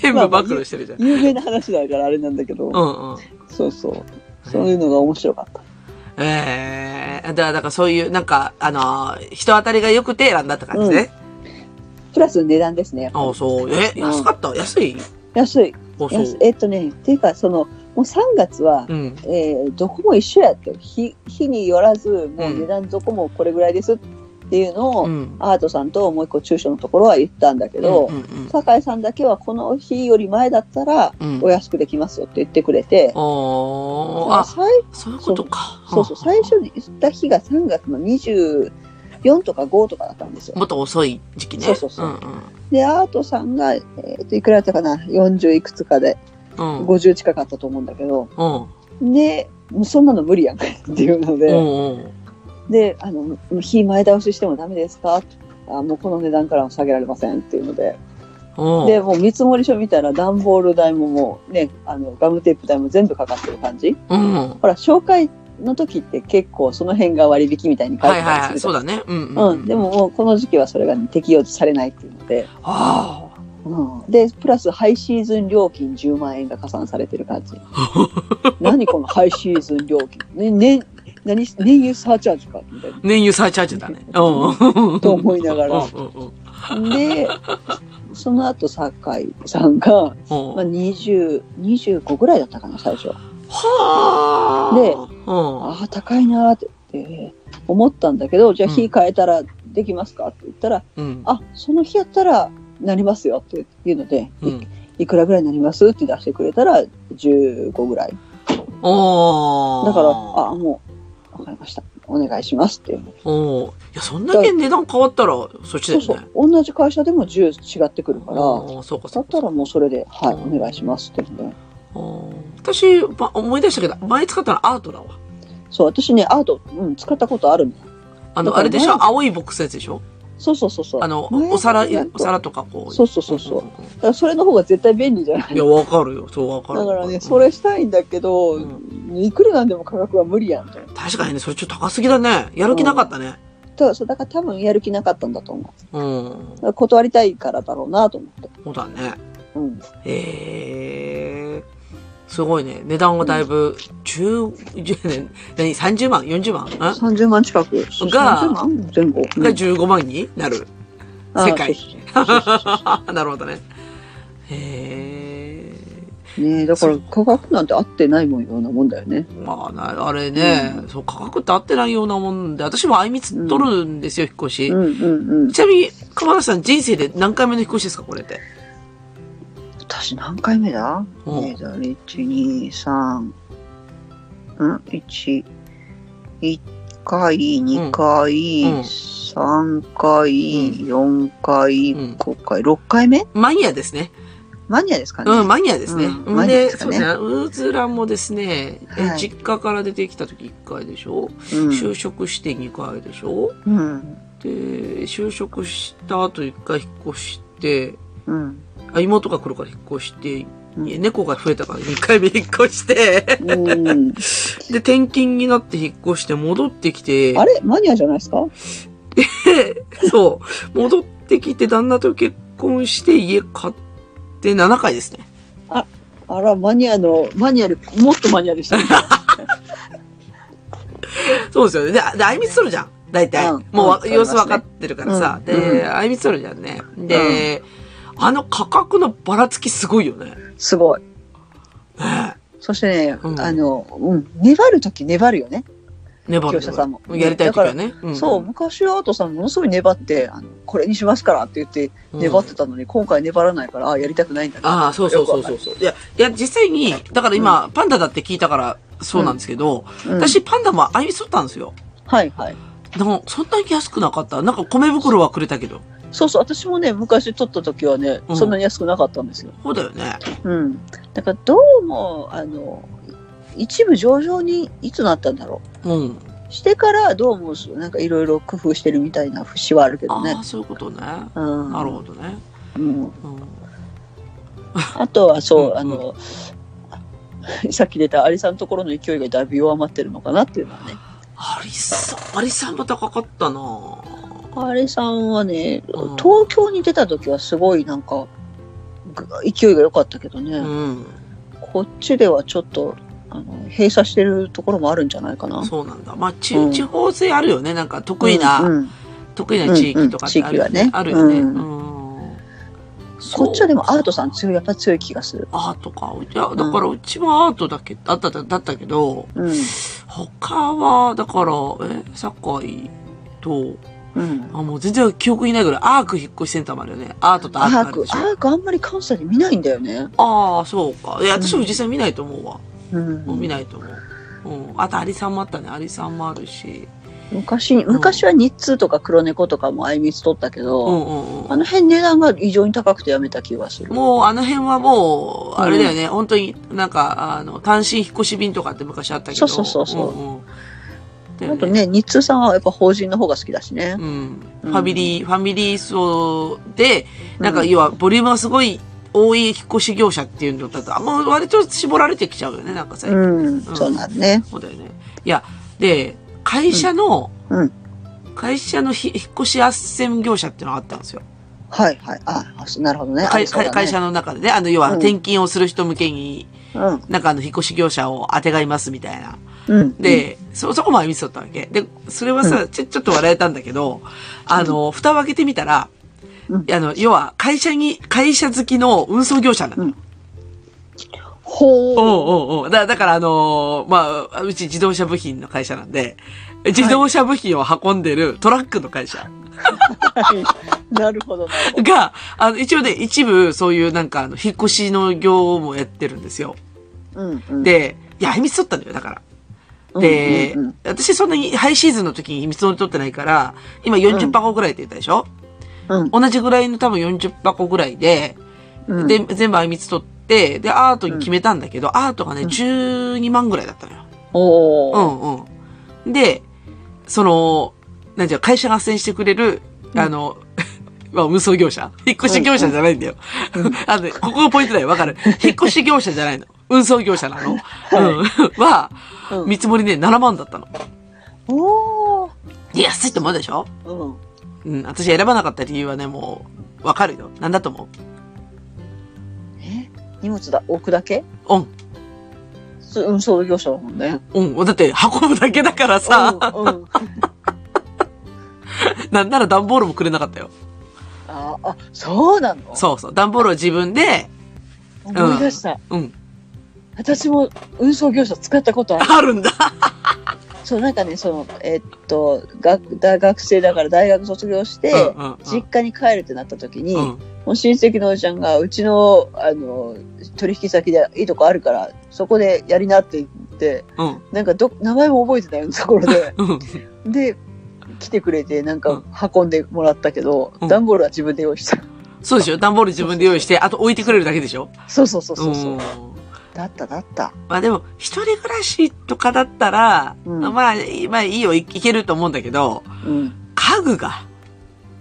全部暴露してるじゃん。
有名な話だからあれなんだけど、
うんうん。
そうそう。そういうのが面白かった。
ええだから、だからそういう、なんか、あのー人当たりが良くて選んだって感じね。
プラス値段ですね、やっぱり
ああ、そう。え、
うん
安かった安い
安い。
あ、そう。
安いえっとね、っていうか、その、もう3月は、
うん。
えーどこも一緒やって、日日によらず、もう値段どこもこれぐらいですっていうのを、
うん。
アートさんともう一個中小のところは言ったんだけど、
うんうん
酒井さんだけはこの日より前だったら、
うん。う
お
ん。
安くできますよって言ってくれて、
おー
まあ
あ、
最
そういうことか。
そうそう、
ん
最初に行った日が3月の24とか5とかだったんですよ。
もっと遅い時期ね。
そうそうそう
うん
で、アートさんが、えーと、いくらだったかな、40いくつかで、
うん。うん。
50近かったと思うんだけど、
うん。
で、もうそんなの無理やんかっていうの
う
で、
んうん。
で、あの、日前倒ししてもダメですかあもうこの値段からは下げられませんっていうので。
うん
で、もう見積書見たら段ボール代ももうね、あの、ガムテープ代も全部かかってる感じ。
うん。は
ほら、紹介の時って結構その辺が割引みたいに
い
書い
は
て
い
た
は
り
い。
す
そう
るじ
だ
ゃん
ね。うん。
うん、で。ももうこの時期はそれが、ね、適用されないっていうので、
あ
うん、でプラスハイシーズン料金10万円が加算されてる感じ何このハイシーズン料金、ねね、何燃油サーチャージかみたい
あ。燃油サーチャージだね。うん。
と思いながら
うんうんうん。
なでその後酒井さんが、
うん
まあ、20 25ぐらいだったかな最初
はあ。
で
う
ああ高いなーってって思ったんだけどじゃ
う
あ火
ん
変えたらできますかって言ったら、
ん。うん。
あその日やったらなりますよっていうので、
うん。
いくらぐらいになりますって出してくれたら15ぐらい。
おー
だから、あ、もう、わかりました。お願いしますっていう。
おーいや、そんだけ値段変わったら、そっちだ
そ
よ
う
ね。
そう。同じ会社でも10違ってくるから、
ああ、そうか、
だ
そう
っ
か。
たらもうそれで、はい、
うん
お願いしますっていうね。
あー私、ま、思い出したけど、前使ったのアートだわ。
そう、私ね、アート、うん、使ったことあるんだ。
あ
だ
の、
か
あ
ら
れでし
前
ょ青いボックスのやつでしょ
そうそうそうそう。
あの、
前
お皿
やっ、
お皿とかこう。
そうそうそうそう。だ
んん
からそれの方が絶対便利じゃな
う
い
んいや、わかるよ。そう、わかる。
だからね、
うん
そ。れしたいんだけど、
う
いくらなんでも価格は無理やんと。だ
確かにね、それちょっと高すぎだね。やる気なかったね。
からそうだから多分やる気なかったんだと思う。だ
うん。
から断りたいからだろうなと思って。
そうだね。
うん。
ええすごいね。値段がだいぶ、十、十年、何、30万 ?40 万ん
30万近く。
が
30万前後。
が15万になる。
あ
世界
そうそうそうそ
なるほどね。へえ。
うねえだから価格なんて合ってないもんようなもんだよね。
まあな、あれね、
う
そう、価格って合ってないようなもんで、私もあいみつ取るんですよ、引っ越し
う。んうんうん。
ちなみに、熊田さん人生で何回目の引っ越しですか、これって。
私何回目だ
うん
えーと、1、2、3、うん、1、1回、2回、
うん
3回、4回、
うん
5回、6回目
マニアですね。
マニアですかね。
うん、マニアですね。
うんマニアで
です
か
そう
ね
ですね。うずらもですね、え
はい
実家から出てきた時1回でしょ、就職して2回でしょ
うん。うん。
で、就職した後1回引っ越して、
うん。
あ、妹が来るから引っ越して、
うん
猫が増えたから2回目引っ越して、
うん、
で、転勤になって引っ越して戻ってきて、
あれマニアじゃないですか
れそう、戻ってきて旦那と結婚して家買って7回ですね。
あら、マニアの、マニアで、もっとマニアでした、 ね。
そうですよね。で、あで、あいみつ取るじゃん。大体。
うん
もうわ、
うん
様子わかってるからさ。
取りますね
で、
う
あいみつ取るじゃんね。で、あの価格のばらつきすごいよね。
すごい。
ね
そしてね、
うん
あの、うん、粘るとき粘るよね。
粘る
業者さんも
やりたい時はね。ん
そう、昔はアートさんものすごい粘って、あのこれにしますからって言って粘ってたのに、今回粘らないから、あやりたくないんだな。
ああ、そうそうそうそうそう。いや、いや、実際に、だから今、パンダだって聞いたから、そうなんですけど、
うん、
私、パンダもあいみつ取ったんですよ。
はいはい。
でも、そんなに安くなかった。なんか、米袋はくれたけど。
そうそう、私もね、昔撮った時はね、
うん
そんなに安くなかったんですよ。
そうだよね。
うん。だからどうも、あの、一部上場にいつなったんだろ
うん。
う。してからどうも、なんかいろいろ工夫してるみたいな節はあるけど
あ
ね
あ、。そういうことね。な
うん。
るほどね。
うん。
うん。
あとはそうう、
ん
あの、さっき出たアリさんのところの勢いがだいぶ弱まってるのかなっていうのはね。
アリさん、アリさんも高かったな
あれさんはね、
うん
東京に出た時はすごいなんか、ぐ勢いが良かったけどね、
うん。
こっちではちょっと、あの、閉鎖してるところもあるんじゃないかな。
そうなんだ。まあ、ち
うん
地方性あるよね。なんか得意な、
うんうん
得意な地域とかってあるよね。
うんうん地域はね
あるよね。う。
うん
そ
こ
う
っちはでもアートさん強い、やっぱ強い気がする。
アートか。いや、だからうちはアートだけ、だった、だったけど、
うん。
他は、だから、え、堺と、
うん。
あ、もう全然記憶にないぐらい、アーク引っ越しセンターもあるよね。アートとア
ア
ー
ー
ク
ク、
あるでし
アークあんまり関西で見ないんだよね。
ょ。ああ、そうか。いや、私も実際見ないと思うわ。
うん
もう見ないと思う。うん。あと、アリさんもあったね。アリさんもあるし。
昔、昔は日通とか黒猫とかもあいみつ取ったけ
う
ど、
んうんう
あ
ん。
の辺値段が異常に高くてやめた気がする。
もう、あの辺はもう、あれだよね。本当に、なんか、あの、単身引っ越し便とかって昔あったけど。
そうそうそうそうん
んだよ
あとね、日通さんはやっぱ法人の方が好きだしね。
うん。フ
うん
ァミリー、ファミリー層で、なんか
うん
要はボリュームがすごい多い引っ越し業者っていうのだと、あんま割と絞られてきちゃうよね、なんか最近。
うん、そうなるね。
そうだよね。いや、で、会社の、
うんうん
会社のひ引っ越し斡旋業者っていうのがあったんですよ。
はいはい。あ、あなるほどね。あ
会
りそうだ
会
ね
会社の中でね、あの、要は
うん
転勤をする人向けに、
うん。
なんかあの、引っ越し業者を当てがいますみたいな。
うん。
で、そ、そこまで見せとったわけ。で、それはさ、ちょ、ちょっと笑えたんだけど、あの、蓋を開けてみたら、
うん
あの、要は、会社に、会社好きの運送業者なの。
うんほう。
おうおうおうだだから、あのーまあ、うち自動車部品の会社なんで、自動車部品を運んでるトラックの会社
はい なるほど。なるほど
が、あの、一応ね、一部、そういうなんか、あの、引っ越しの業もやってるんですよ。
うんうん、
で、いや、秘密取ったんだよ、だから。で、
うんうん
私そんなにハイシーズンの時に秘密を取ってないから、今40箱ぐらいって言ったでしょ、
うん
同じぐらいの多分40箱ぐらいで、
うん、
で、全部あいみつ取って、で、アートに決めたんだけど、アートがね、
うん
12万ぐらいだったのよ。
おー
うんうん。で、その、なんていうの会社が斡旋してくれる、あの、 まあ、無双業者引っ越し業者じゃないんだよ。 あのね、ここがポイントだよ。わかる。引っ越し業者じゃない の。運送業者なの。うん。は、
うん
見積もりね、7万だったの。
おー
いや、安いと思うでしょ
うん。
うん。私選ばなかった理由はね、もう、わかるよ。なんだと思う
え荷物だ、置くだけ
うん。
す運送業者だもんね。
うん。だって、運ぶだけだからさ、
うんうん、
なんなら段ボールもくれなかったよ。
ああ、そうなの
そうそう。段ボールは自分で、
思い出した。
うん。
私も運送業者使ったことある。
あるんだ。
そう、なんかね、その、えっと、学大学生だから大学卒業して、
うんうんうん
実家に帰るってなった時に、
うん。
もう親戚のおじちゃんが、うちの、あの、取引先でいいとこあるから、そこでやりなって言って、
うん。、
なんかど、名前も覚えてないようなところで
うん。
で、来てくれて、なん
う
か運んでもらったけど、
うん
段ボールは自分で用意した。
そうでしょ段ボール自分で用意して、あと置いてくれるだけでしょ
そうそうそうそうそう。
ん
だっただった。
まあでも、一人暮らしとかだったら、
うん
まあ、まあいいよ、いいけると思うんだけど、
うん。
家具が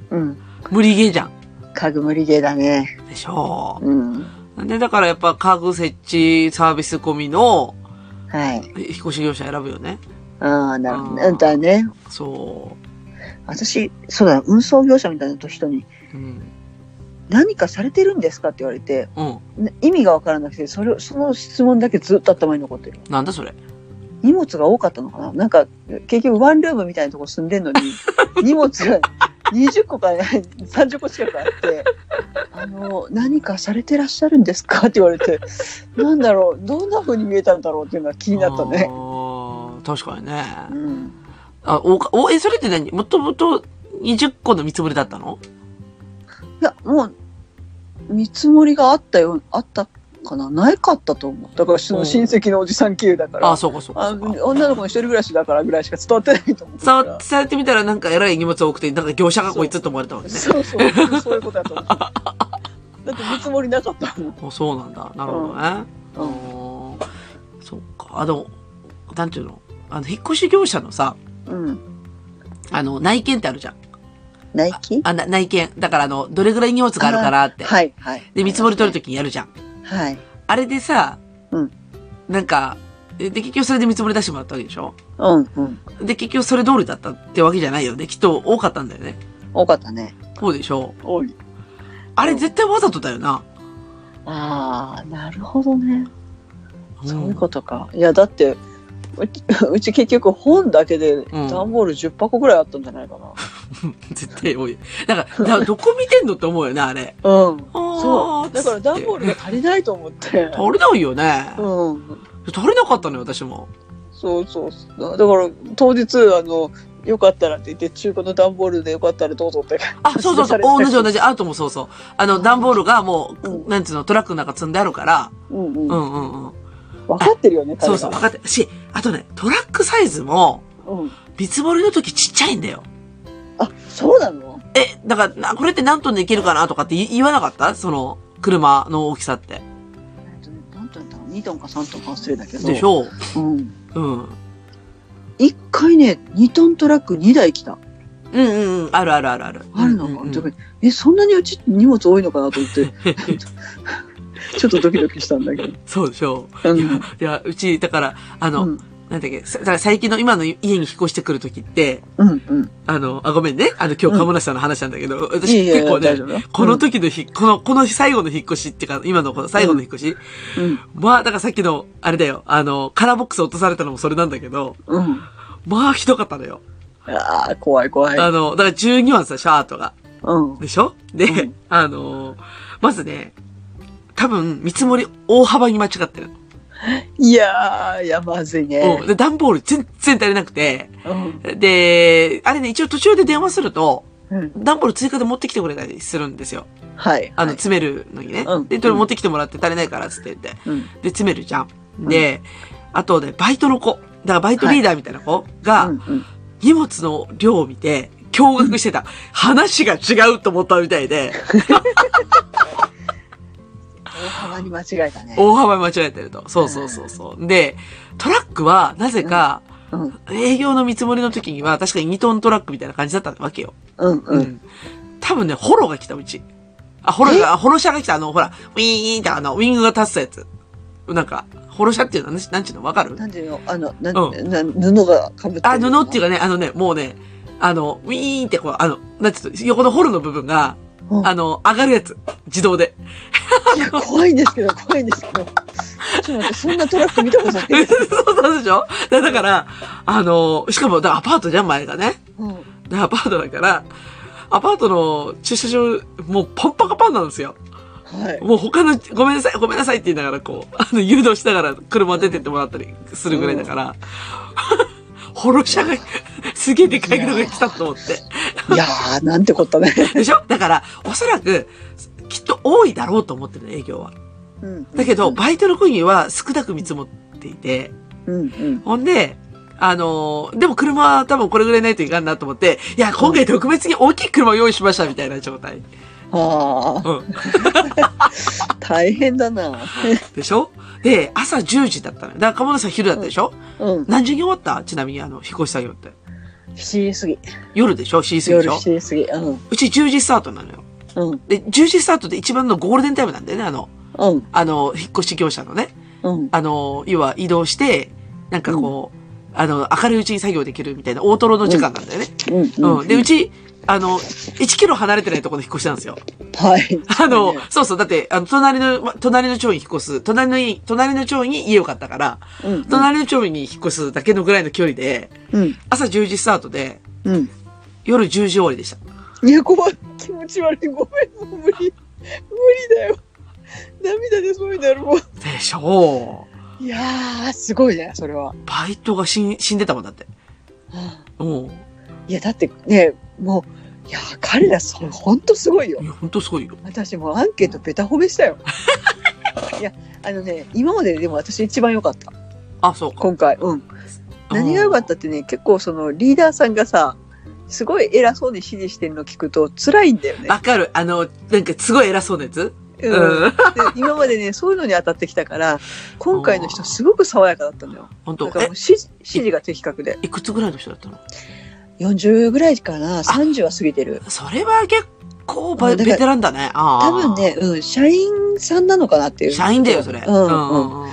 うん。
無理ゲーじゃん。
家具無理ゲーだね。
でしょ
うん。
で、だからやっぱ家具設置サービス込みの
はい。
引っ越し業者選ぶよね。
ああ、なるほど
あ
ね。
ー
だね。
そ
私、そうだ、運送業者みたいな人に、
う。うん。
何かされてるんですかって言われて、
うん。
ね意味がわからなくて、それを、その質問だけずっと頭に残ってる。
なんだそれ。
荷物が多かったのかななんか、結局ワンルームみたいなとこ住んで んのに、荷物が20個 から30個近くあって、あの、何かされてらっしゃるんですかって言われて、なんだろう、どんな風に見えたんだろうっていうのは気になったね。
ああ、確かにね。
うん。
あ、おか、お、え、それって何もともと20個の見積もりだったの
いや、もう、見積もりがあったよ、あったかなないかったと思う。だから、その親戚のおじさん経由だから。
あ、そうかそうか
あ
そうか。
女の子の一人暮らしだからぐらいしか伝わってないと思う
伝
から。
わ伝えてみたらなんか偉い荷物多くて、なんか業者がこいつと思われたわけね。
そうそう、そういうことだと思う。だって見積もりなかったもん。
あそうなんだ。なるほどね。
うん
うん、そっか。あの、なんていうのあの、引っ越し業者のさ、
うん。
あの、内見ってあるじゃん。
ナイキ
あ、な内見。だからあの、どれぐらい荷物があるからって。
はい、はい。
で、見積もり取る
と
ときにやるじゃん。
はい。
あれでさ、
うん
なんか、で、結局それで見積もり出してもらったわけでしょ
うんうん。
で、結局それ通りだったってわけじゃないよね。きっと多かったんだよね。
多かったね。
そうでしょ
多い。
あれ絶対わざとだよな。
ああ、なるほどね。
うん
そういうことか。いや、だって、うちうち結局本だけで段ボール10箱ぐらいあったんじゃないかな。
絶対多い。なんか、だどこ見てんのって思うよね、あれ。
うん。
あ
そう。
ー
だから段ボールが足りないと思って。
足りないよね。
うん。
足りなかったのよ、私も。
そうそうそう。だから当日、あの、よかったらって言って、中古の段ボールでよかったらどうぞって。
あ、そうそうそう。同じ同じ。アートもそうそう。あの、段ボールがもう、
うん
なんつうの、トラックの中積んであるから。
うん
う
うん。
んうんうん。
分かってるよね、
そうそう、分
彼
かって。し、あとね、トラックサイズも、
らうん。
見積もりの時ちっちゃいんだよ。
あ、そうなの
え、だから、なこれって何トンでいけるかなとかって言言わなかったその、車の大きさって。
えっとね何トンだろう2トンか3トンか忘れたけど。
でしょ
うん。
うん。
一回ね、2トントラック2台来た。
うんうんうん、あるあるあるある。
あるの
うん
か、
うんうん
だからえ、そんなにうち荷物多いのかなと思って、 ちょっとドキドキしたんだけど。
そうでしょ
う
いや
ん。、
いや、うち、だから、あの、
うん
なんだっけ、さだから最近の今の家に引っ越してくるときって、
うん。うん
あの、あ、ごめんね。あの、今日、鴨梨さんの話なんだけど、私
いやいや
結構ね
大丈夫よ、
この時のひ、この、この最後の引っ越しっていうか、今のこの最後の引っ越し、
うん。
まあ、だからさっきの、あれだよ、あの、カラーボックス落とされたのもそれなんだけど、
うん。
まあ、ひどかったのよ。
ああ、怖い怖い。
あの、だから12番さ、シャートが。
うん。
でしょで、
うん
あの、まずね、多分、見積もり大幅に間違ってる。
いやー、いや、まずいね
うん。。で、段ボール全然足りなくて、
うん。
で、あれね、一応途中で電話すると、
うん。
段ボール追加で持ってきてくれたりするんですよ。
はい。
あの、
はい
詰めるのにね。
うん
で、それ持ってきてもらって足りないから、つって言って。
うん。
で、詰めるじゃん。で、あとね、バイトの子。だからバイトリーダーみたいな子
う
が、
んうん
荷物の量を見て、驚愕してた。話が違うと思ったみたいで、
大幅に間違えたね。
大幅に間違えてると。そうそうそうそう。で、トラックは、なぜか、
うん。
営業の見積もりの時には、確かに2トントラックみたいな感じだったわけよ。
うんう。
うんん。多分ね、ホロが来た、うち。あ、ホロが、あホロ車が来た、あの、ほら、ウィーンってあの、ウィングが立つやつ。なんか、ホロ車っていうのは、なんちゅうのわかる
なんていうのあの、な、
う
な、布が被ってる。
あ、布っていう
か、
かね、あのね、もうね、あの、ウィーンってこう、あの、なんていうの、横のホロの部分が、
うん
あの、上がるやつ。自動で。
いや怖いんですけど、怖いんですけど。ちょっと待って、そんなトラック見たことない。
そう そうでしょだだから、あの、しかも、だアパートじゃん、前がね。
うん。
で、アパートだから、アパートの駐車場、もうパンパカパンなんですよ。
はい。
もう他の、ごめんなさい、ごめんなさいって言いながら、こう、あの、誘導しながら車出てってもらったりするぐらいだから、 ホロ車が、すげえでかいのが来たと思って。
いやー、なんてこったね。
でしょだから、おそらく、きっと多いだろうと思ってる営業は。だけど、バイトの国は少なく見積もっていて、
うんうん。
ほんで、あのーでも車は多分これぐらいないといかんなと思って、いや、今回特別に大きい車を用意しましたみたいな状態。
あ
うん。
あ、 大変だな。
でしょで、朝10時だったのよ。だから、鴨野さん昼だったでしょ、
うん。
何時に終わったちなみに、あの、引っ越し作業って。
7時過ぎ。
夜でしょ ?C 過ぎでし
夜
ょ
7時過ぎ。うん。
うち10時スタートなのよ。
うん。
で、10時スタートで一番のゴールデンタイムなんだよね、あの、
うん。
あの、引っ越し業者のね。
うん。
あの、要は移動して、なんかこう、あの、明るいうちに作業できるみたいな、大トロの時間なんだよね。
う
うん。
ん。
で、うち、あの、1キロ離れてないところの引っ越しなんですよ。
はい。
あの、そうそう、だって、あの、隣の、ま隣の町に引っ越す、隣の家、隣の町に家を買ったから、
うん。
隣の町に引っ越すだけのぐらいの距離で、
うん。
朝10時スタートで、
うん。
夜10時終わりでした。
いや、怖い。気持ち悪い。ごめん。もう無理。無理だよ。涙でそうになるもん。
でしょう。
いやー、すごいね、それは。
バイトが死ん死んでたもんだって。うん。い
いや、だってね、もう、いやー、彼ら、それ、ほんとすごいよ。
や、ほんとすごいよ。
私もうアンケートベタ褒 めしたよ。いや、あのね、今まででも私一番良かった。
あ、そうか。
今回。うん。何が良かったってね、結構そのリーダーさんがさ、すごい偉そうに指示してるの聞くと辛いんだよね。
わかる。あの、なんかすごい偉そうなやつ
うん
うん
で今までね、そういうのに当たってきたから、今回の人すごく爽やかだったんだよ。
本
だ
当
からも
え、
う指示指示が的確で。
いくつぐらいの人だったの
40ぐらいかな、30は過ぎてる。
それは結構バ
う
イ
んだから
ベテランだね。ああ。
多分。ね、うん、社員さんなのかなっていう。
社員だよ、それ。
うん、うん。
うん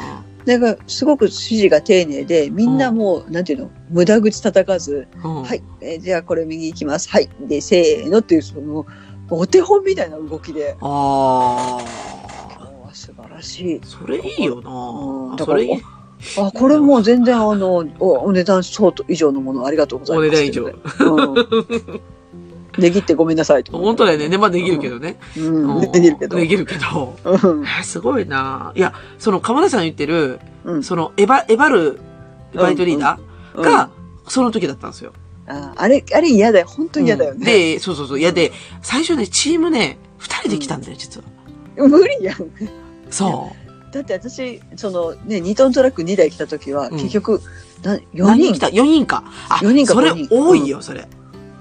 だからすごく指示が丁寧でみんなもう、なんていうの無駄口叩かず、
うん
はい、えーじゃあこれ右行きますはいでせーのっていうそのお手本みたいな動きで
ああ。
おー素晴らしい
それいいよ
う
な。
ん
それいい。
あこれもう全然あのおお値段相当以上のものありがとうござい
お
ます
値段以上。
うん値切ってごめんなさいと
本当だよね。ね、まあできるけどね。
うん、
うん
できるけど
できるけど。
うん
えーすごいな。いや、その、鎌田さん言ってる、
うん
その、エバ、エバルバイトリーダー
うん
が、その時だったんですよ。
ああれあれ嫌だよ本当に嫌だよ
うん
ね、
で、そうそうそう。いや、で、最初ね、チームね、二人で来たんだよ、実は。
無理やん
そ
だって私そのね2トントラック2台来た時は
うん
結局、な
う。
4
何
人
来た ?4 人か。あ、
四人か
それ
五人
多いよ、それ。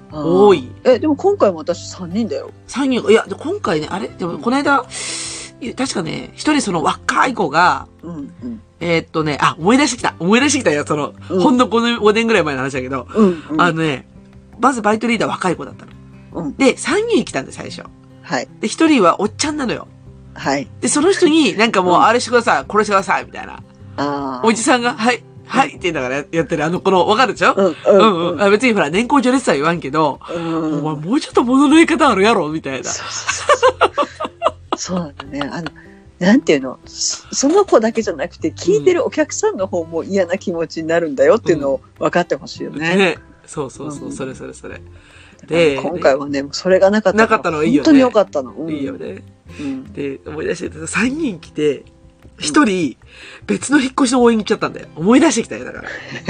あー
多い。
えでも今回も私3人だよ
三人、いや、で今回ね、あれでも、この間、いや確かね、一人その若い子が、
うんうん
えーっとね、あ、思い出してきた。思い出してきたよ、その、
うん
ほんの5年 ,5 年ぐらい前の話だけど、
うんうん
あのね、まずバイトリーダー若い子だったの。
うん
で、3人来たんで、最初。
はい
で、1人はおっちゃんなのよ。
はい
で、その人 になんかもう、
うん
あれしてください、これしてください、みたいな。
ああ
おじさんが、はい、はい、って言いながらややってる、あの、この、わかるでしょ
うん
う
うんん
うんあ。別にほら、年功序列とは言わんけど、
うん
お前もうちょっと物の言い方あるやろ、みたいな。
そうそうそうそうそうなんだねあのなんていうのそその子だけじゃなくて聞いてるお客さんの方も嫌な気持ちになるんだよっていうのを分かってほしいよね。
ね。そうそうそうう、
ん
それそれそれ。で
で今回はねもうそれがなかった
なかったのいいよね
本当に良かったの、うん
いいよね。
うん
で、思い出してた。3人来て、1人、別の引っ越しの応援に来ちゃったんだよ。思い出してきたよ、だから。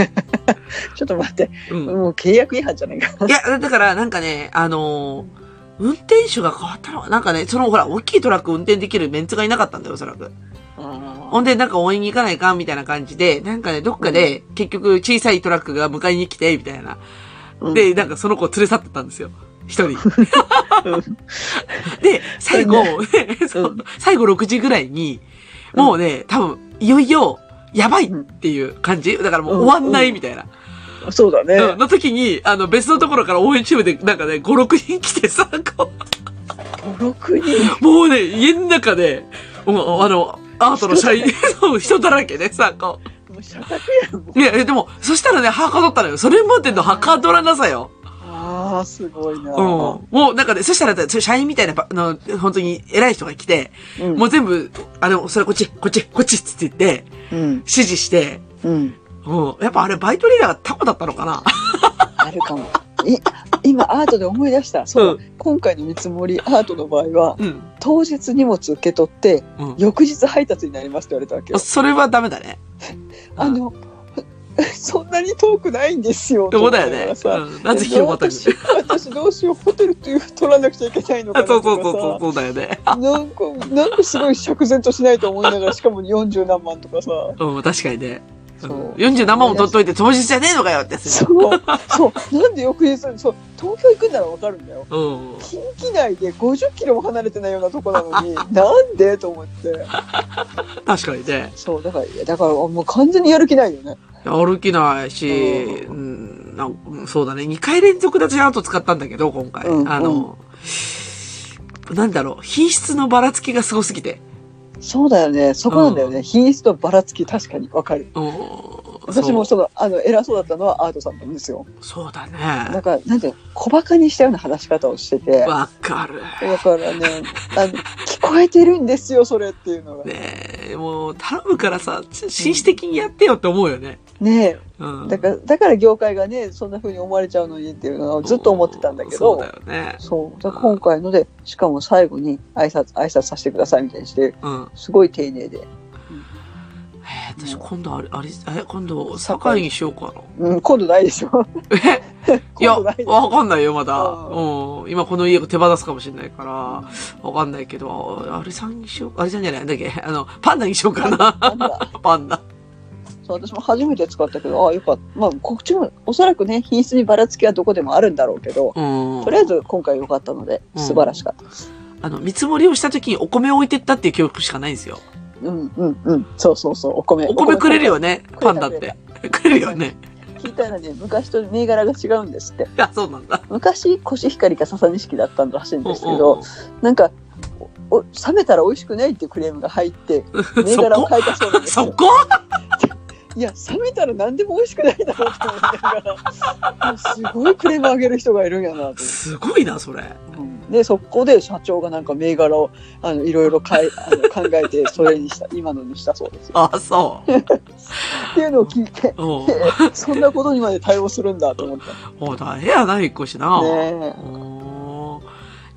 ちょっと待って、
うん。
もう契約違反じゃないか
いや、だから、なんかね、あのー運転手が変わったのはなんかね、そのほら、大きいトラック運転できるメンツがいなかったんだよ、おそらく。ほんで、なんか応援に行かないかんみたいな感じで、なんかね、どっかで、結局、小さいトラックが迎えに来て、みたいな。
うん
で、なんかその子を連れ去ってったんですよ。一人。
うん
で、最後、 そうう最後6時ぐらいに、もうね、多分、いよいよ、やばいっていう感じだからもう終わんないみたいな。
そうだね、
うんの時に、あの、別のところから応援チームで、なんかね、5、6人来てさ、こ
56人
う、もうね、家の中で、もうあの、アートの社員、 そう人だらけでさ、こう。
もう社宅やん
いや、でも、そしたらね、はかどったのよ。それまでのはかどらなさよ。
ああすごいな、
うん。もう、なんかね、そしたら、社員みたいな、ばあの、本当に偉い人が来て、
うん
もう全部、あの、それこっち、こっち、こっちっつって言って、
うん
指示して、
うん
うん。やっぱあれ、バイトリーダーがタコだったのかな
あるかも。い今アートで思い出した。そう、
う
今回の見積もりアートの場合は
うん。
当日荷物受け取って
うん。
翌日配達になりますって言われたわけ よ。
それはダメだね。
あの そんなに遠くないんですよ。
どうだよ
と思いなが
ね
ら。さ
うんなぜ広まったん
私私どうしようホテルっていう取らなくちゃいけないのか
あ
な
そう
と
そうそうそう、
か
そうだよね。
さなんかなんかすごい釈然としないと思いながらしかも40何万とかさ
うん、確かにね。う
そ
ん
う
47万も取っといて当日じゃねえのかよって。
そうそうなんで翌日そう東京行くんならわかるんだよ
うん。
近畿内で50キロも離れてないようなとこ なのになんでと思って
確かにね。
そうだからだからもう完全にやる気ないよね
歩きないし、う、
うん
なんうんそうだね。2回連続で私アート使ったんだけど、今回。
うん
あの、なんだろう、品質のばらつきがすごすぎて。
そうだよねそこなんだよね、品質とばらつき確かにわかる
うん。
私も
そ
そのあの偉そうだったのはアートさんなんですよ
うそうだ
だ
ね。
からなんていうの小バカにしたような話し方をしてて
わかる。
だからねあの聞こえてるんですよそれっていうのがね
ねえ、もう頼むからさ、紳士的にやってよって思うよね。
え
うん。
だからだから業界がねそんな風に思われちゃうのにっていうのをずっと思ってたんだけ
そう
ど
だよね。
そうだから今回のでしかも最後に挨拶挨拶させてくださいみたいにして
うん。
すごい丁寧で、
えー、私今度あれ、あれ、え、今度、堺にしようかな。
うん、今度ないでしょ
えいや、
今度ないでしょ
わかんないよ、まだ。
う
うん。今この家を手放すかもしれないから、わかんないけど、ああれさんにしようか、あれさんじゃないなんだっけあの、パンダにしようか
な
な。
んだ
パンダ。
そう私も初めて使ったけどああよかったまあこっちもおそらくね品質にばらつきはどこでもあるんだろうけど
うん
と。りあえず今回良かったので
うん
素晴らしかったです、
あの、見積もりをした時にお米を置いてったっていう記憶しかないんですよ。
うん、うんうんそうそうそうお米
お米くれるよね、
く
パ
れた
ンダって。 くれるよね。
聞いたらね昔と銘柄が違うんですって
いや、そうなんだ。
昔コシヒカリかササニシキだったらしいんですけど
うんうんうん
なんかおお冷めたら美味しくないっていうクレームが入 って銘柄を変えた そうなんです
そ
よ。
こ
いや冷めたら何でも美味しくないだろうと思いながらもうすごいクレームあげる人がいるんやなと思って。
すごいな、それ。
でそこで社長がなんか銘柄をあのいろいろかいあの考えてそれに した今のにしたそうですよ。
あ、そう。
っていうのを聞いて
おう
そんなことにまで対応するんだと思った。
おう大変やな、引っ越しな。
ねえ
おー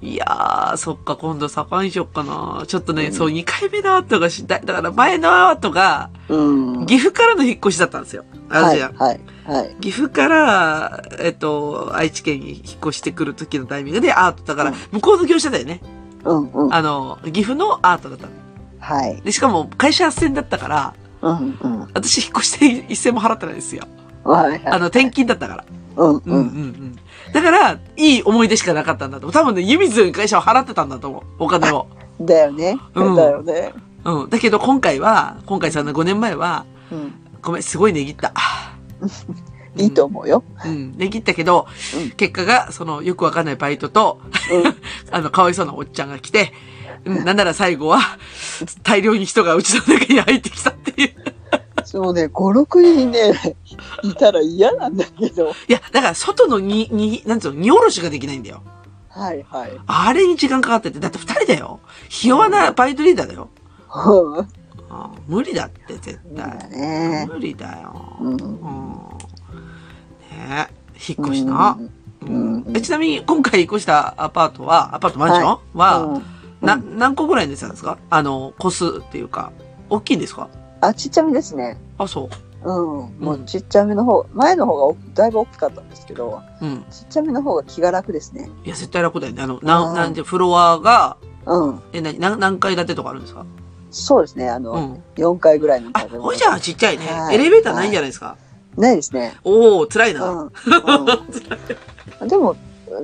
いやー、そっか、今度坂にしよっかな。ちょっとね、
うん
そう、2回目の後がし、だだから前の後が、
うん。
岐阜からの引っ越しだったんですよ。
は
私
い
は。
はいはい。
岐阜から、えっと、愛知県に引っ越してくる時のタイミングでアート、だから
うん、
向こうの業者だよね。
うんうん。
あの、岐阜のアートだったの。
はい。
で、しかも、会社斡旋だったから、
うんうん。
私引っ越して一銭も払ってないんですよ。
はい
あ
はい。
の、転勤だったから。
うん
うんう
うん。
うんん。だから、いい思い出しかなかったんだと思う。多分ね、湯水に会社を払ってたんだと思う。お金を。
だよね。
うん
だよね。
うん。だけど、今回は、今回さんの5年前は、
うん。
ごめん、すごい値切った。
いいと思うよ。
うん。値切ったけど、
うん
結果が、その、よくわかんないバイトと、
う
あの、かわいそうなおっちゃんが来て、うん、なんなら最後は、大量に人がうちの中に入ってきたっていう。
ん。そのね、5、6人ね、いたら嫌なんだけど。
いや、だから、外のに、に、なんつうの、荷下ろしができないんだよ。
はいはい。
あれに時間かかってて、だって二人だよ。ひ弱なバイトリーダーだよ。
うん
あー無理だって、絶
だ
対。
ね。
無理だよ。
うん
うん。ねえ、引っ越しな。
んうん
うんえちなみに、今回引っ越したアパートは、アパートマンションは、
うん
な、
うん
何個ぐらいのやつなんですかあの、個数っていうか、大きいんですか
あ、ちっちゃめですね。
あ、そ
うん。もうちっちゃめの方、前の方がだいぶ大きかったんですけど、
う。うん。
ちっちゃめの方が気が楽ですね。
いや、絶対楽だよね。あの、な、
うんん
なんで、フロアが、
うん。
え、な、な何階建てとかあるんですか
そうですね。あ
う
の、
ん。
四4階ぐらいの
あ、
建物
ほいじゃあちっちゃいね
は。い
エレベーターないんじゃないですか
ないですね。
おー、辛いうな。
ん。 うん、でも、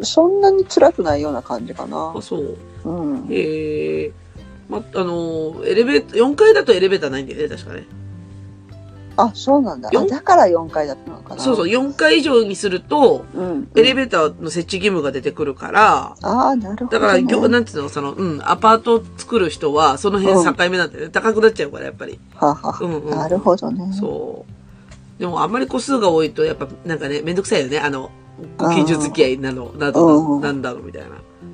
そんなに辛くないような感じかな
あ、。そう。
うん。
ええま、あのーエレベーター、4階だとエレベーターないんだよね、確かね。
あ、そうなんだ。あ
よん
だから4階だったのかな。
そうそう、4階以上にすると、
うん。うん。
エレベーターの設置義務が出てくるから、
ああ、なるほ
だ
ど、ね。
から、ぎょなんていうの、その、うん、アパートを作る人は、その辺境目なんだよね。高くなっちゃうから、やっぱり。
はあはあ
うんうん。
なるほどね。
そう。でも、あんまり個数が多いと、やっぱ、なんかね、めんどくさいよね。あの、ご近所付き合いなの、な
うんう
ど、
ん
なんだろう、みたいな。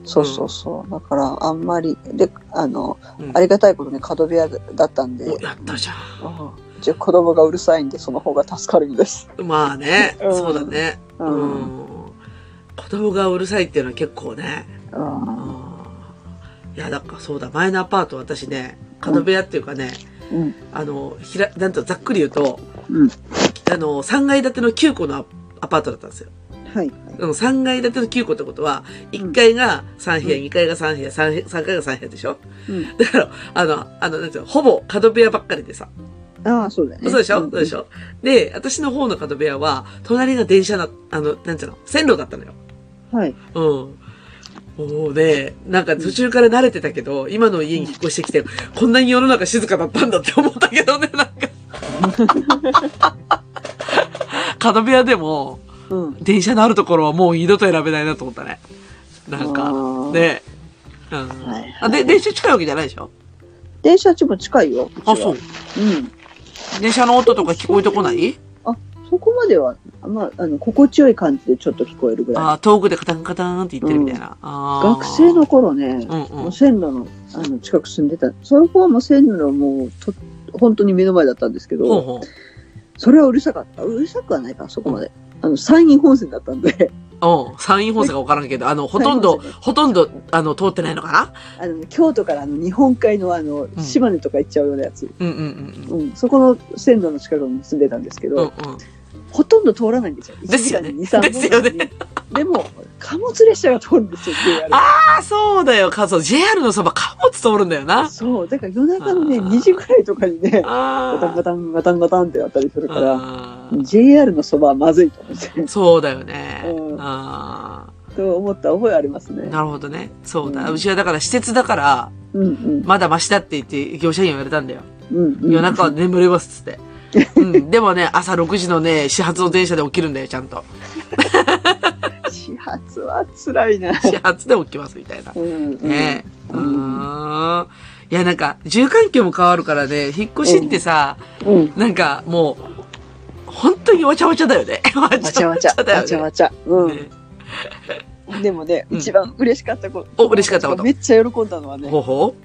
そうそうそう。だから、あんまり、で、あの、
うん
ありがたいことに角部屋だったんで、
お、やったじゃん。
うんじゃあ子供がうるさいんで、その方が助かるんです。
まあね、
うん
そうだね。
う。
うん
うん。
ん。子供がうるさいっていうのは結構ね。うん
うん。
いや、なんかそうだ、前のアパート私ね、角部屋っていうかね、
うん。
あの、ひら、なんとざっくり言うと、
うん
あの、3階建ての9個のアアパートだったんですよ。
はい。
うん、3階建ての9個ってことは、1階が3部屋、2階が3部屋、3, 部屋3階が3部屋でしょ
うん。
だから、あの、あの、なんていうの、ほぼ角部屋ばっかりでさ。
ああ、そうだね。
そうでしょ、
ん
そうでしょで、私の方の角部屋は、隣が電車な、あの、なんていうの、線路だったのよ。
はい。
うん。もうね、なんか途中から慣れてたけど、今の家に引っ越してきて、こんなに世の中静かだったんだって思ったけどね、なんか。角部屋でも、
うん。
電車のあるところはもう二度と選べないなと思ったね。なん
あ
か、
ー
ね。うん
はい
あで、電車近いわけじゃないでしょ
電車ちも近いよ。ちは
あ、そう。。
うん。
電車の音とか聞こえてこない
そこまでは、まあ、あの、心地よい感じでちょっと聞こえるぐらい。
あー遠くでカタンカタンって言ってるみたいな。あー
学生の頃ね、
うんう
も
ん
う。線路の、あの、近く住んでた。その子はもう線路のもう、と、本当に目の前だったんですけど、
ほうほ
それはうるさかった。うるさくはないか、そこまで。あの、山陰本線だったんで、
う。うん。山陰本線がわからんけど、あの、ほとんど
山陰本、線
ほとんど、あの、通ってないのかな
あの、京都からあの、日本海のあの、
ん
島根とか行っちゃうようなやつ。
うんうんうん
うん。そこの線路の近くに住んでたんですけ
うん。う
ど、
んう
ほとんど通らないんですよ。
ですよね
1時間に2、3
ですよね
本なのに。でも、貨物列車が通るんですよ、JR
ん。あ、そうだよ。か、そう、JR のそば、貨物通るんだよな。
そう、だから夜中のね、
あー
2時ぐらいとかにね、ガタンガ
あ
タンガタンガタンってなったりするから、
あー。
JR のそばはまずいと思って、
そうだよね。
うん
ああ。
と思った覚えありますね。
なるほどね。そうだ。
うん
うちはだから施設だから、
うんうん。
まだマシだって言って業者に言われたんだよ。
うんうん、
夜中は眠れますっつって。うん、でもね、朝6時のね、始発の電車で起きるんだよ、ちゃんと。
始発は辛いな。
始発で起きますみたいな。
うんうん
ねえ。う
うん
ーん。いや、なんか、住環境も変わるからね、引っ越しってさ、
うん。
なんかもう、本当にわちゃわちゃだよね。 わ
わちゃわちゃ、
だよ
わちゃ
ね。
わちゃ。う
ね
ん。でもね、
うん
一番嬉しかったこと。
お嬉しかったこと
めっちゃ喜んだのはね、
ほうほ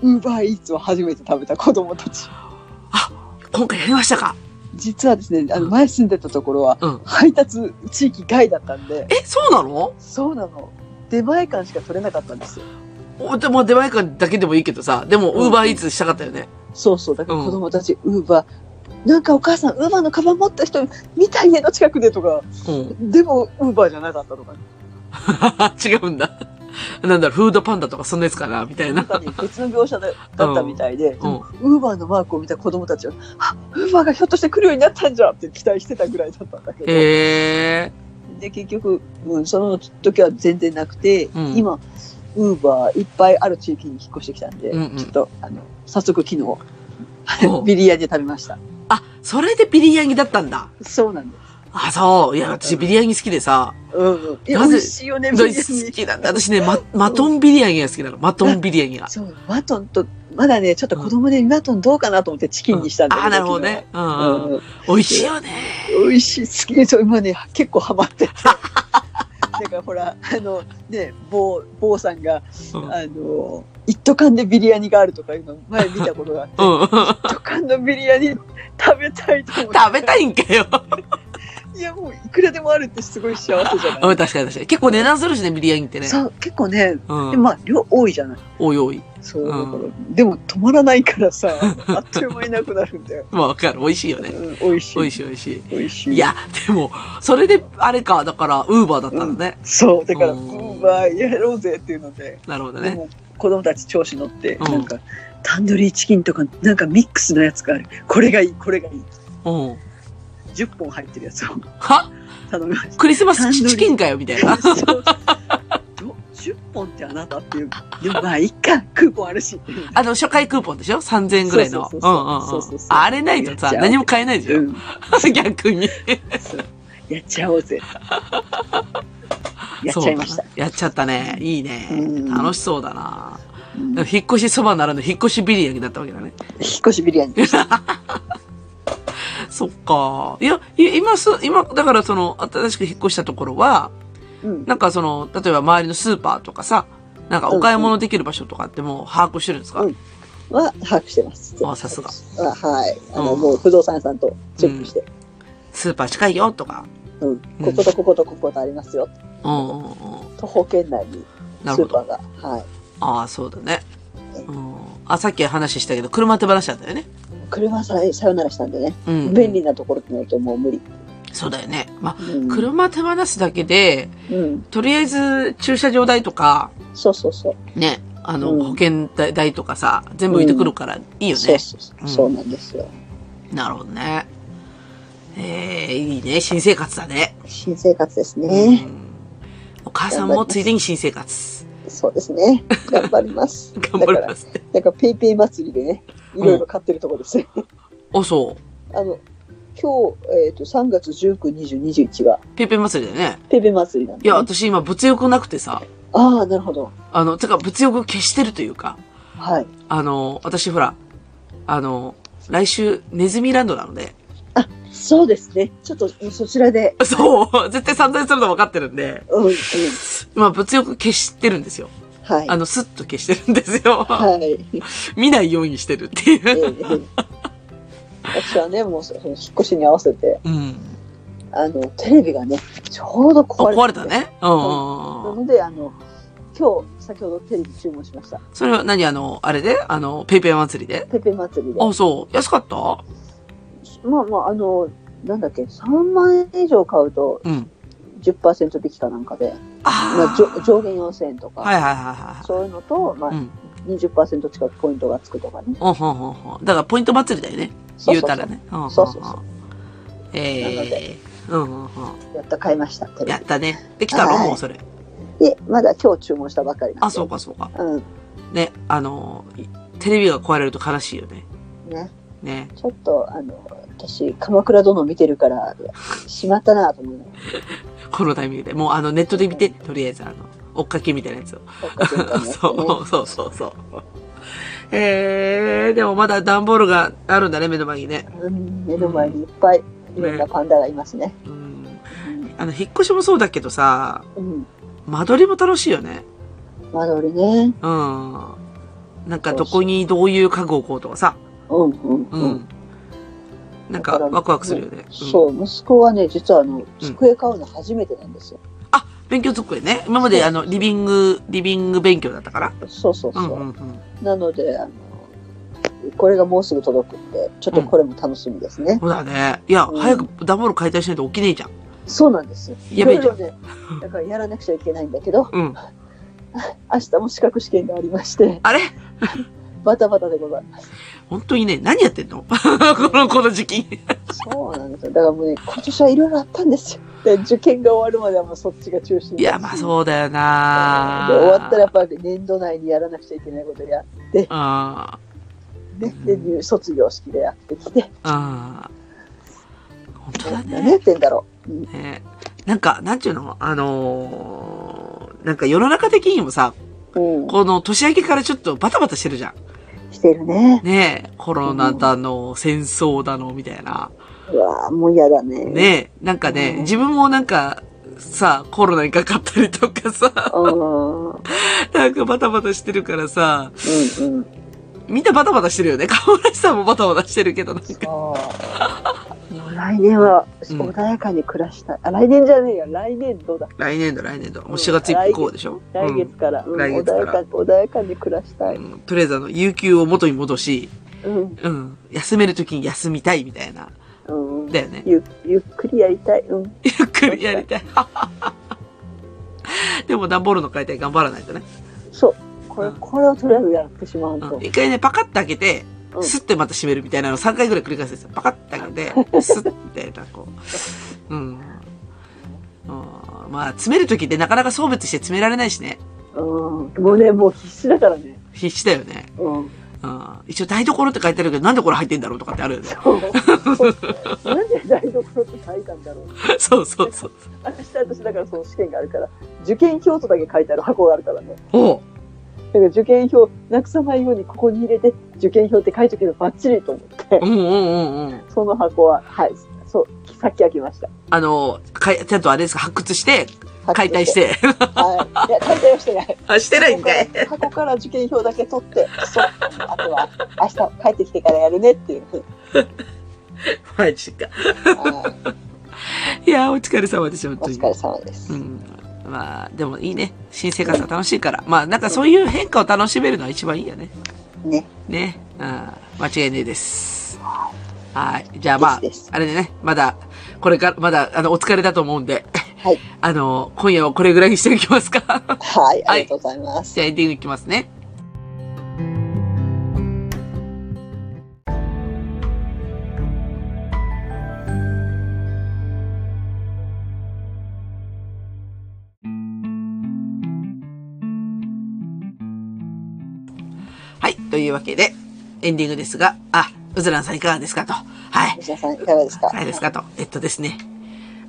う
ウーバーイーツを初めて食べた子供たち。
今回やりましたか
実はですね、あ
う
の
ん
前住んでたところは
うん
配達地域外だったんで、
え、そうなの
そうなの。出前館しか取れなかったんですよ。
おでも、出前館だけでもいいけどさ、でも、
う
ウ
ん
ーバーイーツしたかったよね。
そうそう。だから
うん
子供たち、ウーバー、なんかお母さん、ウーバーのカバン持った人見た家の近くでとか、
うん。
でもウーバーじゃなかったとか、
違うんだ。なんだろう、フードパンダとかそんなやつかなみたい
な。
なん
かね、別の業者だったみたいで、でもウーバーのマークを見た子供たちは、あ、ウーバーがひょっとして来るようになったんじゃって期待してたぐらいだったんだけど、
へえ。
で、結局、うん、その時は全然なくて、
うん
今、ウーバーいっぱいある地域に引っ越してきたんで、
うんうん
ちょっと、あの、早速昨
ほう
日、ビリヤニで食べました。
あ、それでビリヤニだったんだ。
そうなんです。
あ、そう。いや、私ビリヤニ好きでさ、
うんうん。いや
なぜ
美味しいよね、ビリヤニ。
好きなんだ。私ね、ママトンビリヤニが好きなの。マトンビリヤニが。
そう、マトンと、まだね、ちょっと子供でマトンどうかなと思ってチキンにしたんだけど、
あ、なるほどね。う
昨
ん
日。
うん。
うん
美味しいよね。
美味しい好きでそう今ね結構ハ マっててだからほらあのね坊坊さんが
うん。
あの一斗缶でビリヤニがあるとかいうの前見たことがあって
うん。
一斗缶のビリヤニ食べたいと思っ
食べたいんかよ。
ていやもういくらでもあるってすごい幸せじゃ
う、
なんい
確かに確かに。結構値段するしね、ビリヤニってね。
そう結構ね
うん
で。まあ量多いじゃない
おいおい。
そう
う
だ
ん
から、でも止まらないか らさあっという間になくなるんだよ、
まあ、わかる。美味しいよ
う
ね。
ん、美味しい
美味しい美味し
美味し
い。いや、でも、それで、あれか、だから、ウーバーだったのね。
そうだから
う
ウ
ん
ーバーやろうぜっていうので
なるほど
で
ね。
も子供たち調子乗って、
うん
なんかタンドリーチキンとかなんかミックスのやつがあるこれがいいこれがいい
うん。
10本入ってるやつを
は
頼みまし
クリスマスチキンかよ、みたいな
た。そうど10本ってあなたっていうでもまあいっかクーポンあるしっていう
あの、初回クーポンでしょ ?3000 円ぐらいの。
そう
うん
そう
うん
そうそうそ
う
うそうんそう。
あれないとさ、
じゃあ
何も買えないでしょ、
うん、
逆に。
そうやっちゃ おうぜやっちゃいました
そう。やっちゃったね。いいね
うん。
楽しそうだな。
うん
でも引っ越しそばならぬ引っ越しビリヤニだったわけだね。
引っ越しビリヤニで した
そっか。いや、い今す、今、だからその、新しく引っ越したところは、
うん
なんかその、例えば周りのスーパーとかさ、なんかお買い物できる場所とかってもう把握してるんですか、
うんは把握してます
あさすが
あはいあの、
うん
もう不動産屋さんとチェックして、
スーパー近いよとか。
うんこことこことこことありますよ
うんうんうん。
徒歩圏内にス
なるほ
ー
ど。
パーがはい
ああ、そうだね。うん。あ、さっき話したけど、車手放しだったよね。
車さえさよならしたんでね、
うん。
便利なところってないともう無理。
そうだよね。まあ、
うん、
車手放すだけで、
うん、
とりあえず駐車場代とか、
そうそうそう。
ね、あの、
うん
保険代代とかさ、全部浮いてくるからいいよ
そ
ね
う。そうそう,、
うん
そうなんですよ。
なるほどね。ええいいね。新生活だね。
新生活です
う
ね。
んお母さんもついでに新生活。
そうですね。頑張ります。
頑張りますって。
だから、だからペイペイ祭りでね、いろいろ買ってるところです よ。
あ、そ
あの、今日、えっ、と、3月19、20、21が
う。ペイペイ祭りだよね。
ペイペイ祭りなん
い
で、
や、
ね。
私今物欲なくてさ、
ああ、なるほど。
あの、てか物欲を消してるというか、
はい。
あの、私ほら、あの、来週ネズミランドなので、
そうですね。ちょっと、そちらで。
そう、絶対散々するの分かってるんで、
うん、うん。
今物欲消してるんですよ。
はい
あ。の、スッと消してるんですよ。
はい。
見ないようにしてるってい
え
う。
え私はね、もうその引っ越しに合わせて、
うん。
あの、テレビがね、ちょうど
あ
壊れて
壊れた。ね。うんうん
な
うん。
ので、あの、今日、先ほどテレビ注文しました。
それは何あの、あれであの、ペイペイ祭りで
ペペ祭りで。
あ、そう。安かった
まあまあ、あの、なんだっけ、3万円以上買うと
うん。
10%引きかなんかで、ま
あ
あ、じょ
あ。
上限4000円とか、
はいはいはいは
そういうのと、まあ
い。う、ん。
20%近くポイントがつくとかね。
うん、うん、うん、うん。だからポイント祭りだよね。
そう
言
そううそ
た
う
らね。うん、うん、うん
そうそうそう。なの
ええ
で
うん、うん、うん。
やった、買いました、テレ
やったね。できたの
はい
もうそれ。
ビ。で、まだ今日注文したばかりなんで。
あ、そうか、そうか。
うん。
ね、あの、テレビが壊れると悲しいよね。
ね。
ね。
ちょっと、あの、私、鎌倉殿見てるから、しまったな と思う。
このタイミングで。もうあのネットで見て、とりあえずあの、追っかけみたいなやつを。そう、そうそうそう。えー、でもまだ段ボールがあるんだね、目の前にね。
うん目の前にいっぱい、いろんなパンダがいますね。
うん。あの、引っ越しもそうだけどさ、
うん。
間取りも楽しいよね。
間取りね。
うん。なんかどこにどういう家具を置こうとかさ。
うんうん
う。
うんん。
なんかワクワクするよね。うん、
そう、息子はね、実はあの、机買うの初めてなんですよ。
勉強机ね。今まであの、リビング、リビング勉強だったから。
そうそう
う
そ
んうんう
う。
ん。
なので、あの、これがもうすぐ届くんで、ちょっとこれも楽しみですね。
そうだね。いや、
うん
早く段ボール解体しないと起きねえじゃん。
そうなんですよ。
やべえじゃん
いろいろね、だからやらなくちゃいけないんだけど、
うん。
明日も資格試験がありまして、
あれ
バタバタでございます。
本当にね、何やってんの この、この時期。
そうなんですよ。だからもうね、今年はいろいろあったんですよ。で、受験が終わるまではもうそっちが中心
いや、まあ
う。
そうだよ
で、
な
終わったらやっぱり年度内にやらなくちゃいけないことやって、
あ
ね、で、入卒業式でやってきて、
あ、ああ。本当だ
何
ね。
やってんだろう。うん
ねなんか、なんていうのあのーなんか世の中的にもさ、
うん、
この年明けからちょっとバタバタしてるじゃん。
してるね。
ねえ、コロナだの、戦争だの、みたいな。
うわぁ、もう嫌だね。。
ねえ、なんかね
う、ん
自分もなんか、さ、コロナにかかったりとかさ、
うん。うん
なんかバタバタしてるからさ、
うん。
みんなバタバタしてるよね。河村さんもバタバタしてるけど、なんか。
そう。もう来年は
うん
穏やかに暮らしたい。あ、来年じゃねえよ。来年度だ。
来年度、来年度。もう
うん
4月以降でしょ、う
来
ん
月から。うん
来月から
穏やか、穏やかに暮らしたい。
うんとりあえずあの、有給を元に戻し、
うん。
うん、休めるときに休みたいみたいな。
うん。
だよね。
ゆゆっくりやりたい。うん。
ゆっくりやりたい。 でも段ボールの解体頑張らないとね。
そう。これ、
うん
これをとりあえずやってしまう
う
と
ん。一回ね、パカッと開けて、
うん
スッてまた閉めるみたいなのを3回ぐらい繰り返すんですよ。パカッと開けて、スッみたいな、こう。うん。うんまあ、詰めるときってなかなか送別して詰められないしね。
うん。もうね、もう必死だからね。
必死だよね。
うん。
うん。一応台所って書いてあるけど、なんでこれ入ってんだろうとかってあるよね。
なんで台所って書いたんだろう。
そうそうそう。
明日私だからその試験があるから、受験票とだけ書いてある箱があるからね。
おう
だから受験票なくさないようにここに入れて、受験票って書いとけばバッチリと思って
う、んうんうんうん。
その箱は、はい、そう、さっき開けました。
あの、かいちゃんとあれですか、発掘して、解体し。て。
はい。いや、解体はしてない。
あ、してないんかい。
箱から箱から受験票だけ取って、そう、あとは明日帰ってきてからやるねっていう。
マジか。
はい
いや、お疲れ様でした、本
お
当に
疲。れ様です
う。ん。まあ、でもいいね。新生活は楽しいから。まあ、なんかそういう変化を楽しめるのは一番いいよね。
ね。
ね。うん。間違いねえです。はい。じゃあまあ
ですです、
あれでね、まだ、これから、まだ、あの、お疲れだと思うんで、
はい。
あの、今夜はこれぐらいにしておきますか。
はい、ありがとうございます。
じゃあエンディングいきますね。はい。というわけで、エンディングですが、あ、うずらんさんいかがですかと。はい。
吉田さん、いかがですか
はいですかと。えっとですね。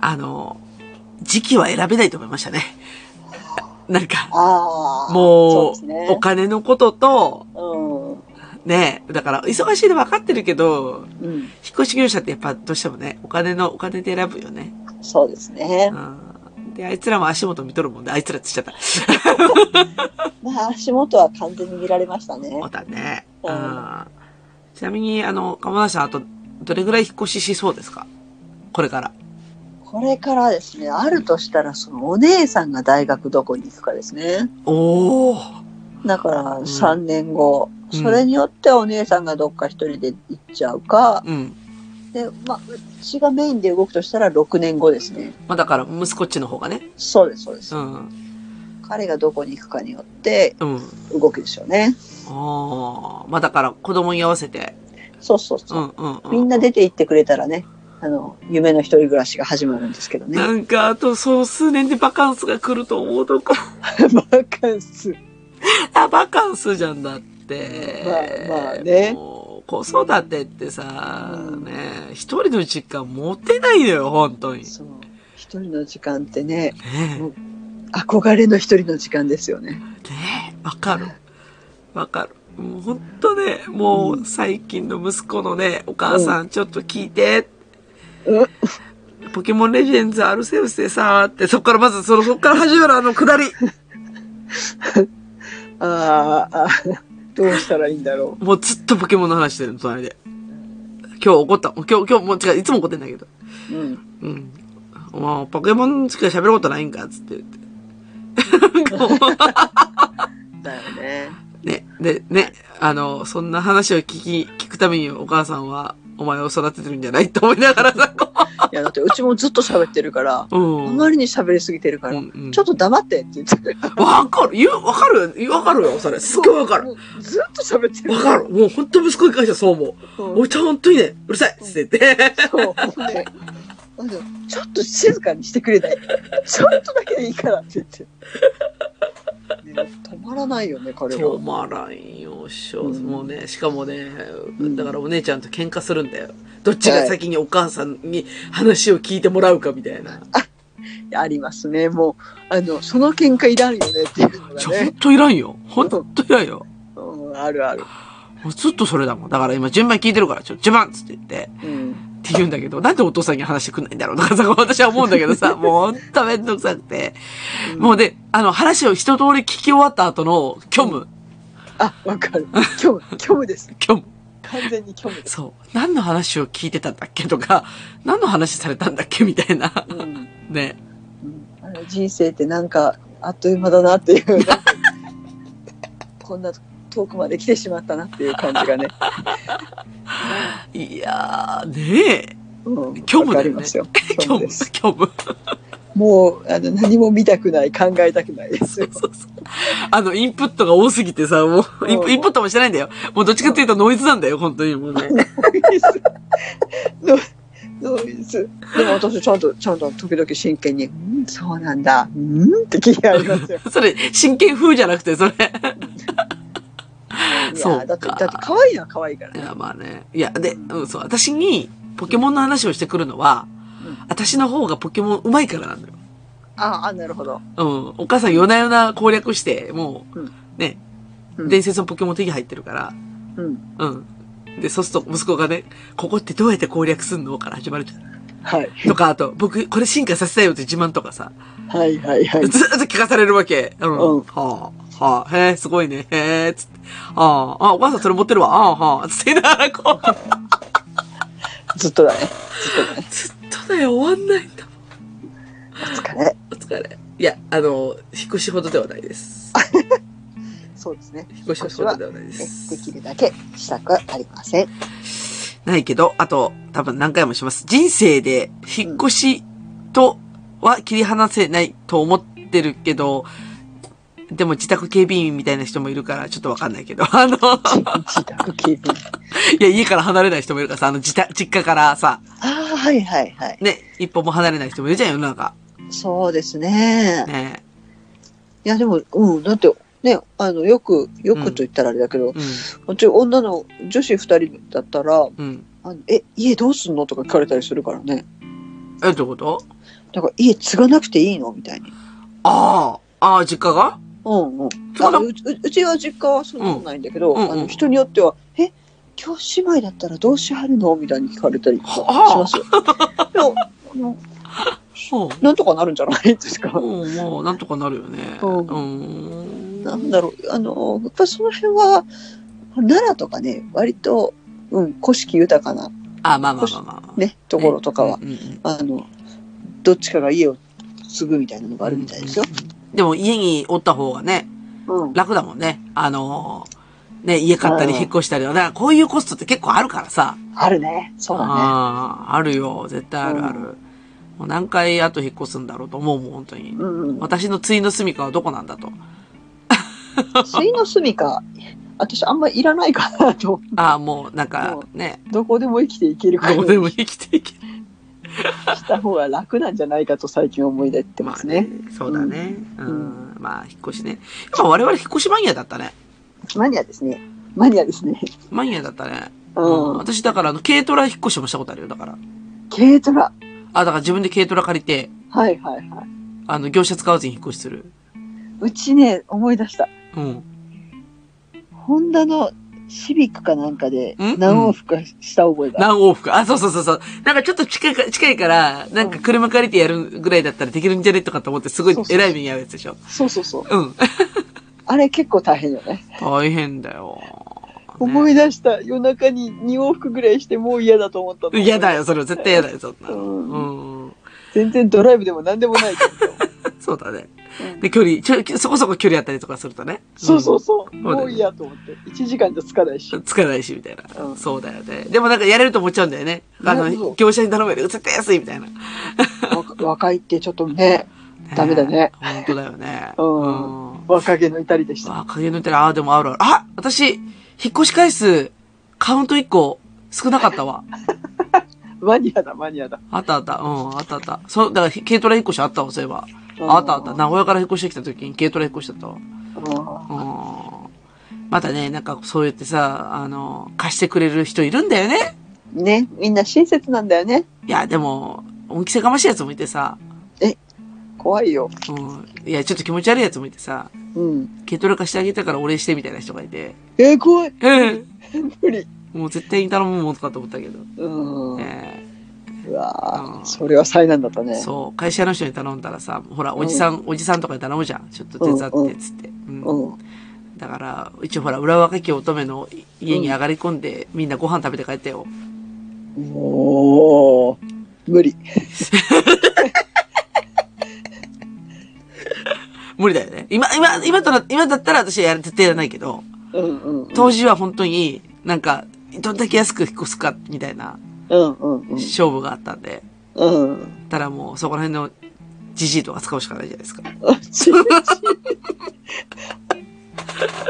あの、時期は選べないと思いましたね。なんか。
ああ。
もう
そうです
お
ね。
金のことと、
うん。
ね、だから、忙しいの分かってるけど、
うん。
引っ越し業者ってやっぱどうしてもね、お金の、お金で選ぶよね。
そうですね
う。ん。で、あいつらも足元見とるもんで、あいつらって言っちゃった。
まあ、足元は完全に見られましたね
そう。だね。う
うん
ん。ちなみに、あの、鴨田さん、あと、どれぐらい引っ越ししそうですかこれから。
これからですね、あるとしたら、そのお姉さんが大学どこに行くかですね。
おお。
だから
ん
3年後、
うん
それによってはお姉さんがどっか一人で行っちゃうか、
うん。
で、まあ、うちがメインで動くとしたら6年後ですね。
まあ、だから、息子っちの方がね。
そうです、そうです。
うん。
彼がどこに行くかによって
うん。
動くでしょうね。
ああ。まあ、だから、子供に合わせて。
そうそ
う
うそう。
んうんうん。
みんな出て行ってくれたらね、あの、夢の一人暮らしが始まるんですけどね
な。んか、あと、そう数年でバカンスが来ると思うとこ。
バカンス。
あ、バカンスじゃんだって。
まあまあね
も子育てってさ、ね、一人の時間持てないのよ、本当に。
そう。一人の時間ってね、
ね
もう憧れの一人の時間ですよね。
ねわかる。わかる。もう本当ね、もう最近の息子のね、お母さんちょっと聞いて、
うん。
ポケモンレジェンズアルセウスでさ、って、そっからまず、その、そっから始まるあの 下り。
あーあー、 どうしたらいいんだろ
もうずっとポケモンの話してるの、隣で。今日怒った。今日、今日、もう違う、いつも怒ってんだけど。
う。うん。
うん。お前、ポケモンしか喋ることないんかっつって言って。なんかも
だよね。
うね、で、ね、あの、そんな話を聞き、聞くためにお母さんは、お前を育ててるんじゃないって思いながらさ、こ
いや、だってうちもずっと喋ってるから、
う。
あ
うん。
まりに喋りすぎてるから、
うんうん
ちょっと黙ってって言ってる。
わかる。言う、わかるよ。わかるよ、それ。すっごいわかる。
もうずっと喋ってる。
わかる。もう本当息子に関してはそう思。
そうう
おいちゃん本当にね、うるさいっつって言 って。
そう。ほんでなんだろうちょっと静かにしてくれない。ちょっとだけでいいからって言って。ね、止まらないよね、彼
止
は。
まらんよ、しょ、
うん
もうね、しかもね、
ん
だからお姉ちゃんと喧嘩するんだよ。どっちが先にお母さんに話を聞いてもらうかみたいな。
ありますね。もう、あの、その喧嘩いらんよねっていうの
ち
が
ょ、ほん
ね。
といらんよ。ほんといらんよ。
うん、あるある。
もうずっとそれだもん。だから今順番聞いてるから、ちょ、順番っつって言って。
うん。
って言うんだけど、なんでお父さんに話してくんないんだろうとかさ、私は思うんだけど さ、もうほんとめんどくさくて。もうで、あの話を一通り聞き終わった後の虚無、
あ、わかる。虚無、虚無です。
虚無。
完全に虚無です。
そう。何の話を聞いてたんだっけとか、何の話されたんだっけみたいな。
うん。
ね。
うんあの人生ってなんかあっという間だなって いうこんな遠くまで来てしまったなっていう感じがね、
いやー、ねえ。
うん、
虚無だよね
わかりますよ虚
虚
無
無、
です
虚無。
もうあの何も見たくない考えたくないですよ
そうそう。あの、インプットが多すぎてさ、もう、イン
う
プ
ん
インプットもしてないんだよ。もうどっちかっていうとノイズなんだよ、本当に。もうね。
ノノイズでも私ちゃんとちゃんと時々真剣に「うんそうなんだうん」って聞いてありますよ
それ、真剣風じゃなくて、それ。
い
そうか
やだってだって可愛いのは可愛いから
いや、まあね。いや、で、うん、そう、私に、ポケモンの話をしてくるのは、
ん
私の方がポケモン上手いからなんだよ。
ああなるほど、
うん。お母さん夜な夜な攻略して、もう、
うん
ね、
うん
伝説のポケモン手に入ってるから、
うん、
うん。で、そうすると息子がね、ここってどうやって攻略すんのから始まるじゃん。
はい
とか、あと、僕、これ進化させたいよって自慢とかさ、
はいはいはい
ずーっと聞かされるわけ。うん。
うん
はあ、はあ、へえ、すごいね、へえ、つって。ああ、あお母さんそれ持ってるわ、ああ、はあ、つって言いながらこう、
ずっとだねずっとだね
ずっとね、終わんないんだ。
お疲れ
お疲れ。いや、あの、引っ越しほどではないです。
そうですね。
引っ越しほどではないです
で。きるだけしたくはあり ません。
ないけど、あと、多分何回もします。人生で、引っ越しとは切り離せないと思ってるけど、でも自宅警備員みたいな人もいるから、ちょっとわかんないけど、 あの、
自宅警備。
いや、家から離れない人もいるからさ、あの、自宅、実家からさ、
ああ、はいはいはい。
ね、一歩も離れない人もいるじゃん、世の中。
そうですね。
ね
いや、でも、うん、だって、ね、あの、よく、よくと言ったらあれだけど、
う
うち女の女子二人だったら、
ん、うん。
あのえ、家どうすんのとか聞かれたりするからね。
え、どういうこと
だから、家継がなくていいのみたいに。
ああ、ああ、実家が
うんうん。
そうだ
あうううちは実家はそんなことないんだけど、
うんうん
あの人によっては、え、今日姉妹だったらどうしはるのみたいに聞かれたりし
は
ますよ。でもあの
あ、
なんとかなるんじゃない ですか。
うん、うんもう、なんとかなるよね。
うん
うん。
なんだろう、あの、やっぱりその辺は、奈良とかね、割と、うん、古式豊かな
あ、まあまあまあまあまあ。
ね、ところとかは、
うんうん
あの、どっちかが家を継ぐみたいなのがあるみたいですよ。
でも家におった方がね、
うん。
楽だもんね。あのーね、家買ったり
うん
引っ越したりは、だからこういうコストって結構あるからさ。
あるね。そうだね。
ああ、あるよ。絶対あるある。
うん
もう何回後引っ越すんだろうと思うもん、本当に。
うん。
私のついの住みかはどこなんだと。
水の住みか、私あんまりいらないかなと。
ああ、もうなんかね、
どこでも生きていけるから
どうでも生きていける。
した方が楽なんじゃないかと最近思い出ってますね。。
そうだね。うん。まあ、引っ越しね。やっぱ我々引っ越しマニアだったね。
マニアですね。マニアですね。
マニアだったね。
うん。
私、だから、あの、軽トラ引っ越しもしたことあるよ、だから。
軽トラ。
あ、だから自分で軽トラ借りて、
はいはいはい。
あの、業者使わずに引っ越しする。
うちね、思い出した。
うん。
ホンダのシビックかなんかで
うん
何往復かした覚えがある。
何往復あ、そうそうそうそう。なんかちょっと近いか近いから、なんか車借りてやるぐらいだったらできるんじゃねとかと思って、すごい
そうそうそう
偉い目に遭うやつでしょ。
そうそうそう。
うん。
あれ結構大変よね。
大変だよ。
思い
ね
出した。夜中に2往復ぐらいしてもう嫌だと思ったの。
嫌だよ、それは絶対嫌だよ、そんな
う
の。う
ん。
ん。
全然ドライブでも何でもないけど。
そうだね。
うん
で、距離、ちょ、そこそこ距離あったりとかするとね。
そうそううそ
そ
う。
うだよ
もういいやと思って。1時間じゃつかないし
ん。。つかないし、みたいな。
うん
そうだよね。でもなんかやれると思っちゃうんだよね。あ
いやそ
の、
う
業者に頼める。絶対安い、みたいな。
若若いってちょっとね、ダメだね。
本当だよね。
うん
うん
若気の至りでした。
あ、影の手ああ、でもあるある。あ私、引っ越し回数、カウント1個、少なかったわ。
マニアだ、マニアだ。
あったあった。うん、あったあった。そう、だから、ひ軽トラ引っ越しあったわ、そういえば。
うん
あったあった。名古屋から引っ越してきた時に軽トラ引っ越しだったわ。
うん
うん。またね、なんかそうやってさ、あの、貸してくれる人いるんだよね。
ね、みんな親切なんだよね。
いや、でも、恩着せがましいやつもいてさ、
怖いよ。
うん。いや、ちょっと気持ち悪いやつもいてさ、
うん。
軽トラ貸してあげたからお礼してみたいな人がいて、
えー、怖い。
うん。
無理。
もう絶対に頼むもんとかと思ったけど。
うん。
ね
うわ
う
あ、
ん
それは災難だったね。
そう、会社の人に頼んだらさ、ほら、おじさん、おじさんとかに頼むじゃん。ちょっと手伝って、つって。うん
うん。
だから、一応ほら、浦和き乙女の家に上がり込んで、みんなご飯食べて帰ったよ。
おお。無理。
無理だよね。今、今、今とな、今だったら私はやる絶対やらないけど、
うんうん。
当時は本当に、なんか、どんだけ安く引っ越すか、みたいな
うんうんうん。
勝負があったんで、
うん。
たらもう、そこら辺の、じじいとか使うしかないじゃないですか。
あち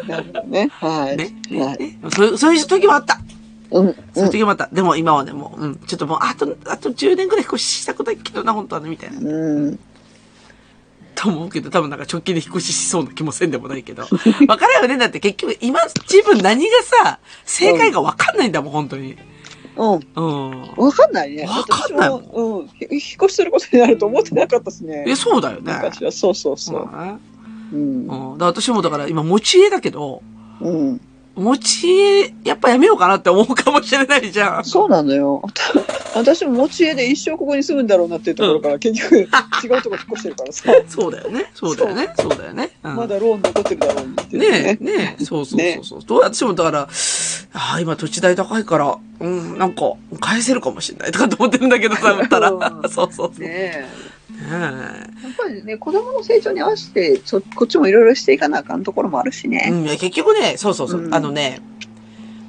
なるほどね。はい。
ね。
は
ね
い。
ねそういう、そういう時もあった。
うんうん。
その時もまた、でも今はね、もう、うん、ちょっともう、あと、あと10年ぐらい引っ越ししたことないけどな、本当はね、みたいな。
うん。
と思うけど、多分なんか直近で引っ越ししそうな気もせんでもない けど。わからんよね、だって結局、今、自分何がさ、正解がわかんないんだもん、本当に。
うん。
うん。
わかんないね。
わかんないもん
私もうん。ひ引っ越しすることになると思ってなかったですね。
え、そうだよね。
昔は。そうそうそ
そう
う。
だね。
うん。
うん。だから私もだから今、持ち家だけど、
うん。
持ち家、やっぱやめようかなって思うかもしれないじゃん。
そうなのよ。 私も持ち家で一生ここに住むんだろうなっていうところから、結局違うところ引っ越してるからさ、
そうだよね。そうだよね。そうだよね。うん
まだローン残ってるだろうにっていう
ねえ、ねえ、そうそうそうそう。どうやってもだから、ああ、今土地代高いから、うん、なんか、返せるかもしれないとかと思ってるんだ けどさ、売ったら
う。ん
そうそうそう。
ね
ね
え
え。
やっぱりね、子供の成長に合わせて、そこっちもいろいろしていかなあかんところもあるし
う
ね。
ん、いや結局ね、そうそうそう、
うん
あのね、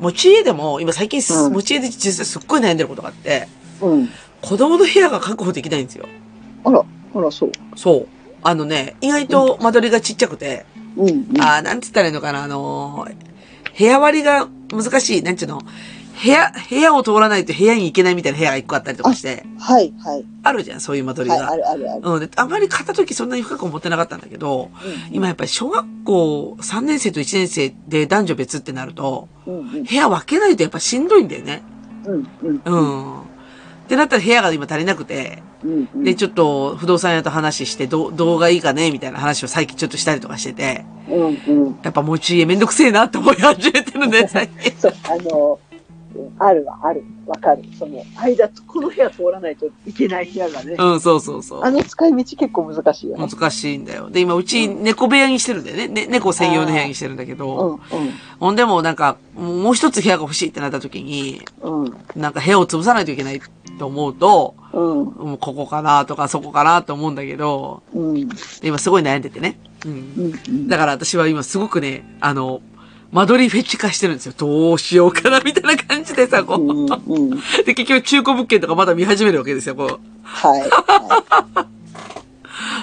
持ち家でも、今最近す、
うん
持ち家で実際すっごい悩んでることがあって、
うん。
子供の部屋が確保できないんですよ。
あら、あら、そう。
そう。あのね、意外と間取りがちっちゃくて、
うん、うん。
ああ、なんつったらいいのかな、あのー部屋割りが難しい、なんちゅうの、部屋、部屋を通らないと部屋に行けないみたいな部屋が一個あったりとかして、
はい、はい。
あるじゃん、そういう間取り
はい、
が。
あるあるある。
うんで、あまり買った時そんなに深く思ってなかったんだけど、今やっぱり小学校3年生と1年生で男女別ってなると、
うん、うん、
部屋分けないとやっぱしんどいんだよね。
うん、うん、
うん。ってなったら部屋が今足りなくて、
うん、うん。
で、ちょっと不動産屋と話して、どう、どうがいいかねみたいな話を最近ちょっとしたりとかしてて、
うん、うん。
やっぱ持ち家めんどくせえなって思い始めてるんだよ、最近。
そう、あの、うんあるはある。わかる。その、間、この部屋通らないといけない部屋がね。
うん、そうそうそ
あ
う。
の使い道結構難しいよね。
難しいんだよ。で、今、うち猫部屋にしてるんだよね。ね猫専用の部屋にしてるんだけ
う
ど、
ん、
ほんでもうなんか、もう一つ部屋が欲しいってなった時に、
うん、うん、
なんか部屋を潰さないといけないと思うと、
うん、
もうここかなとかそこかなと思うんだけど、
うん、
今すごい悩んでてね。うん。
うん。
だから私は今すごくね、あの、間取りフェチ化してるんですよ。どうしようかなみたいな感じでさ、こ
うん、
う。
うん、
で、結局中古物件とかまだ見始めるわけですよ、こう。
は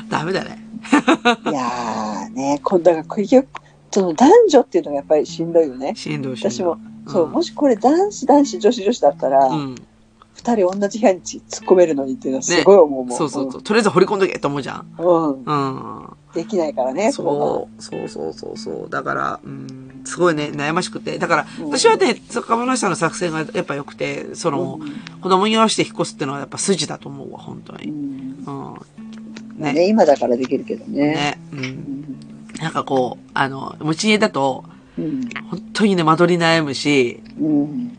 ダメだね。
い。いやーね、こんだから、結局、その男女っていうのがやっぱりしんどいよね。
しんどいしんどい。
私も、そう、
うん
もしこれ男子、男子、女子、女子だったら、
うん。
二人同じ部屋に突っ込めるのにっていうのはすごい思うもん。
そうそうそう。とりあえず掘り込んどけと思うじゃん。
うん。うん。
うん。
できないからね。
そう、そうそうそうそう。だから、うん、すごいね、悩ましくて。だから、
うん
私はね、坂村さんの作戦がやっぱ良くて、そ
こ
の、
が
子供に合わせて引っ越すってのはやっぱ筋だと思うわ、本当
うんう
に。
ん
うん。
まあ
ね
ね、今だからできるけどね。
ね。うん
う。ん
なんかこう、あの、持ち家だと、
うん
本当にね、間取り悩むし、
うん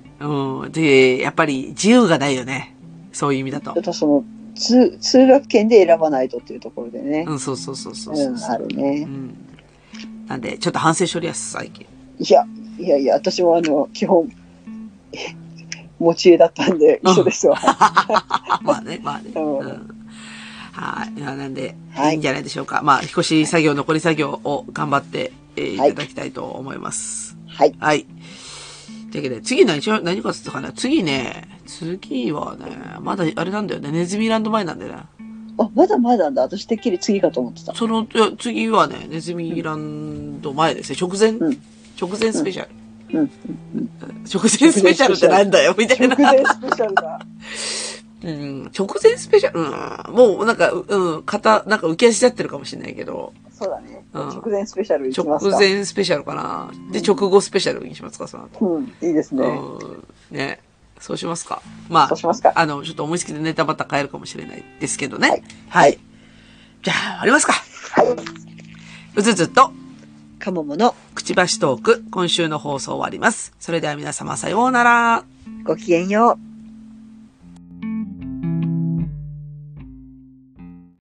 うん。で、やっぱり自由がないよね。そういう意味だと
ちょっ。とその通通学圏で選ばないとっていうところでね
う、ん、そうそうそうそううそう。
ん、ある
う
ね。
ん。なんで、ちょっと反省処理やす、最近。
いやいやいや、私もあの基本 え持ち家だったんで一緒ですわ。
あ、 まあね、まあね。
うん
うん。はい。いやなんで、
はい
いいんじゃないでしょうか。まあ、引っ越し作業、残り作業を頑張って、えーい
はい
ただきたいと思います。
はい。
はい。というわけで、次何しよう、何かっつったかな。次ね、次はね、まだあれなんだよね。ネズミランド前なんだよね。
あまだまだなんだ。私てっきり次かと思って た。
その、いや次はね、ネズミランド前ですね。直前、
うん
直前スペシャル。
うんうん
直前スペシャルってなんだよ、みたい
直
な。
前スペシャルだ。
うん、直前スペシャル、うん、もうなんか、ううん、型、なんか浮き足立ってるかもしれないけど、
そうだね。
うん
直前スペシャルいき
直
ますか。
前スペシャルかな。で、直後スペシャルにしますか、その後。
うん、いいですね。
うん、ね。そうしますか。ま
そう
あ
し、ますか。
あの、ちょっと思いつきでネタまた変えるかもしれないですけどね。は
はいい。
じゃあ、終わりますか。
はい。
うずずと、
かももの
くちばしトーク、今週の放送終わります。それでは皆様、さようなら。
ごきげんよう。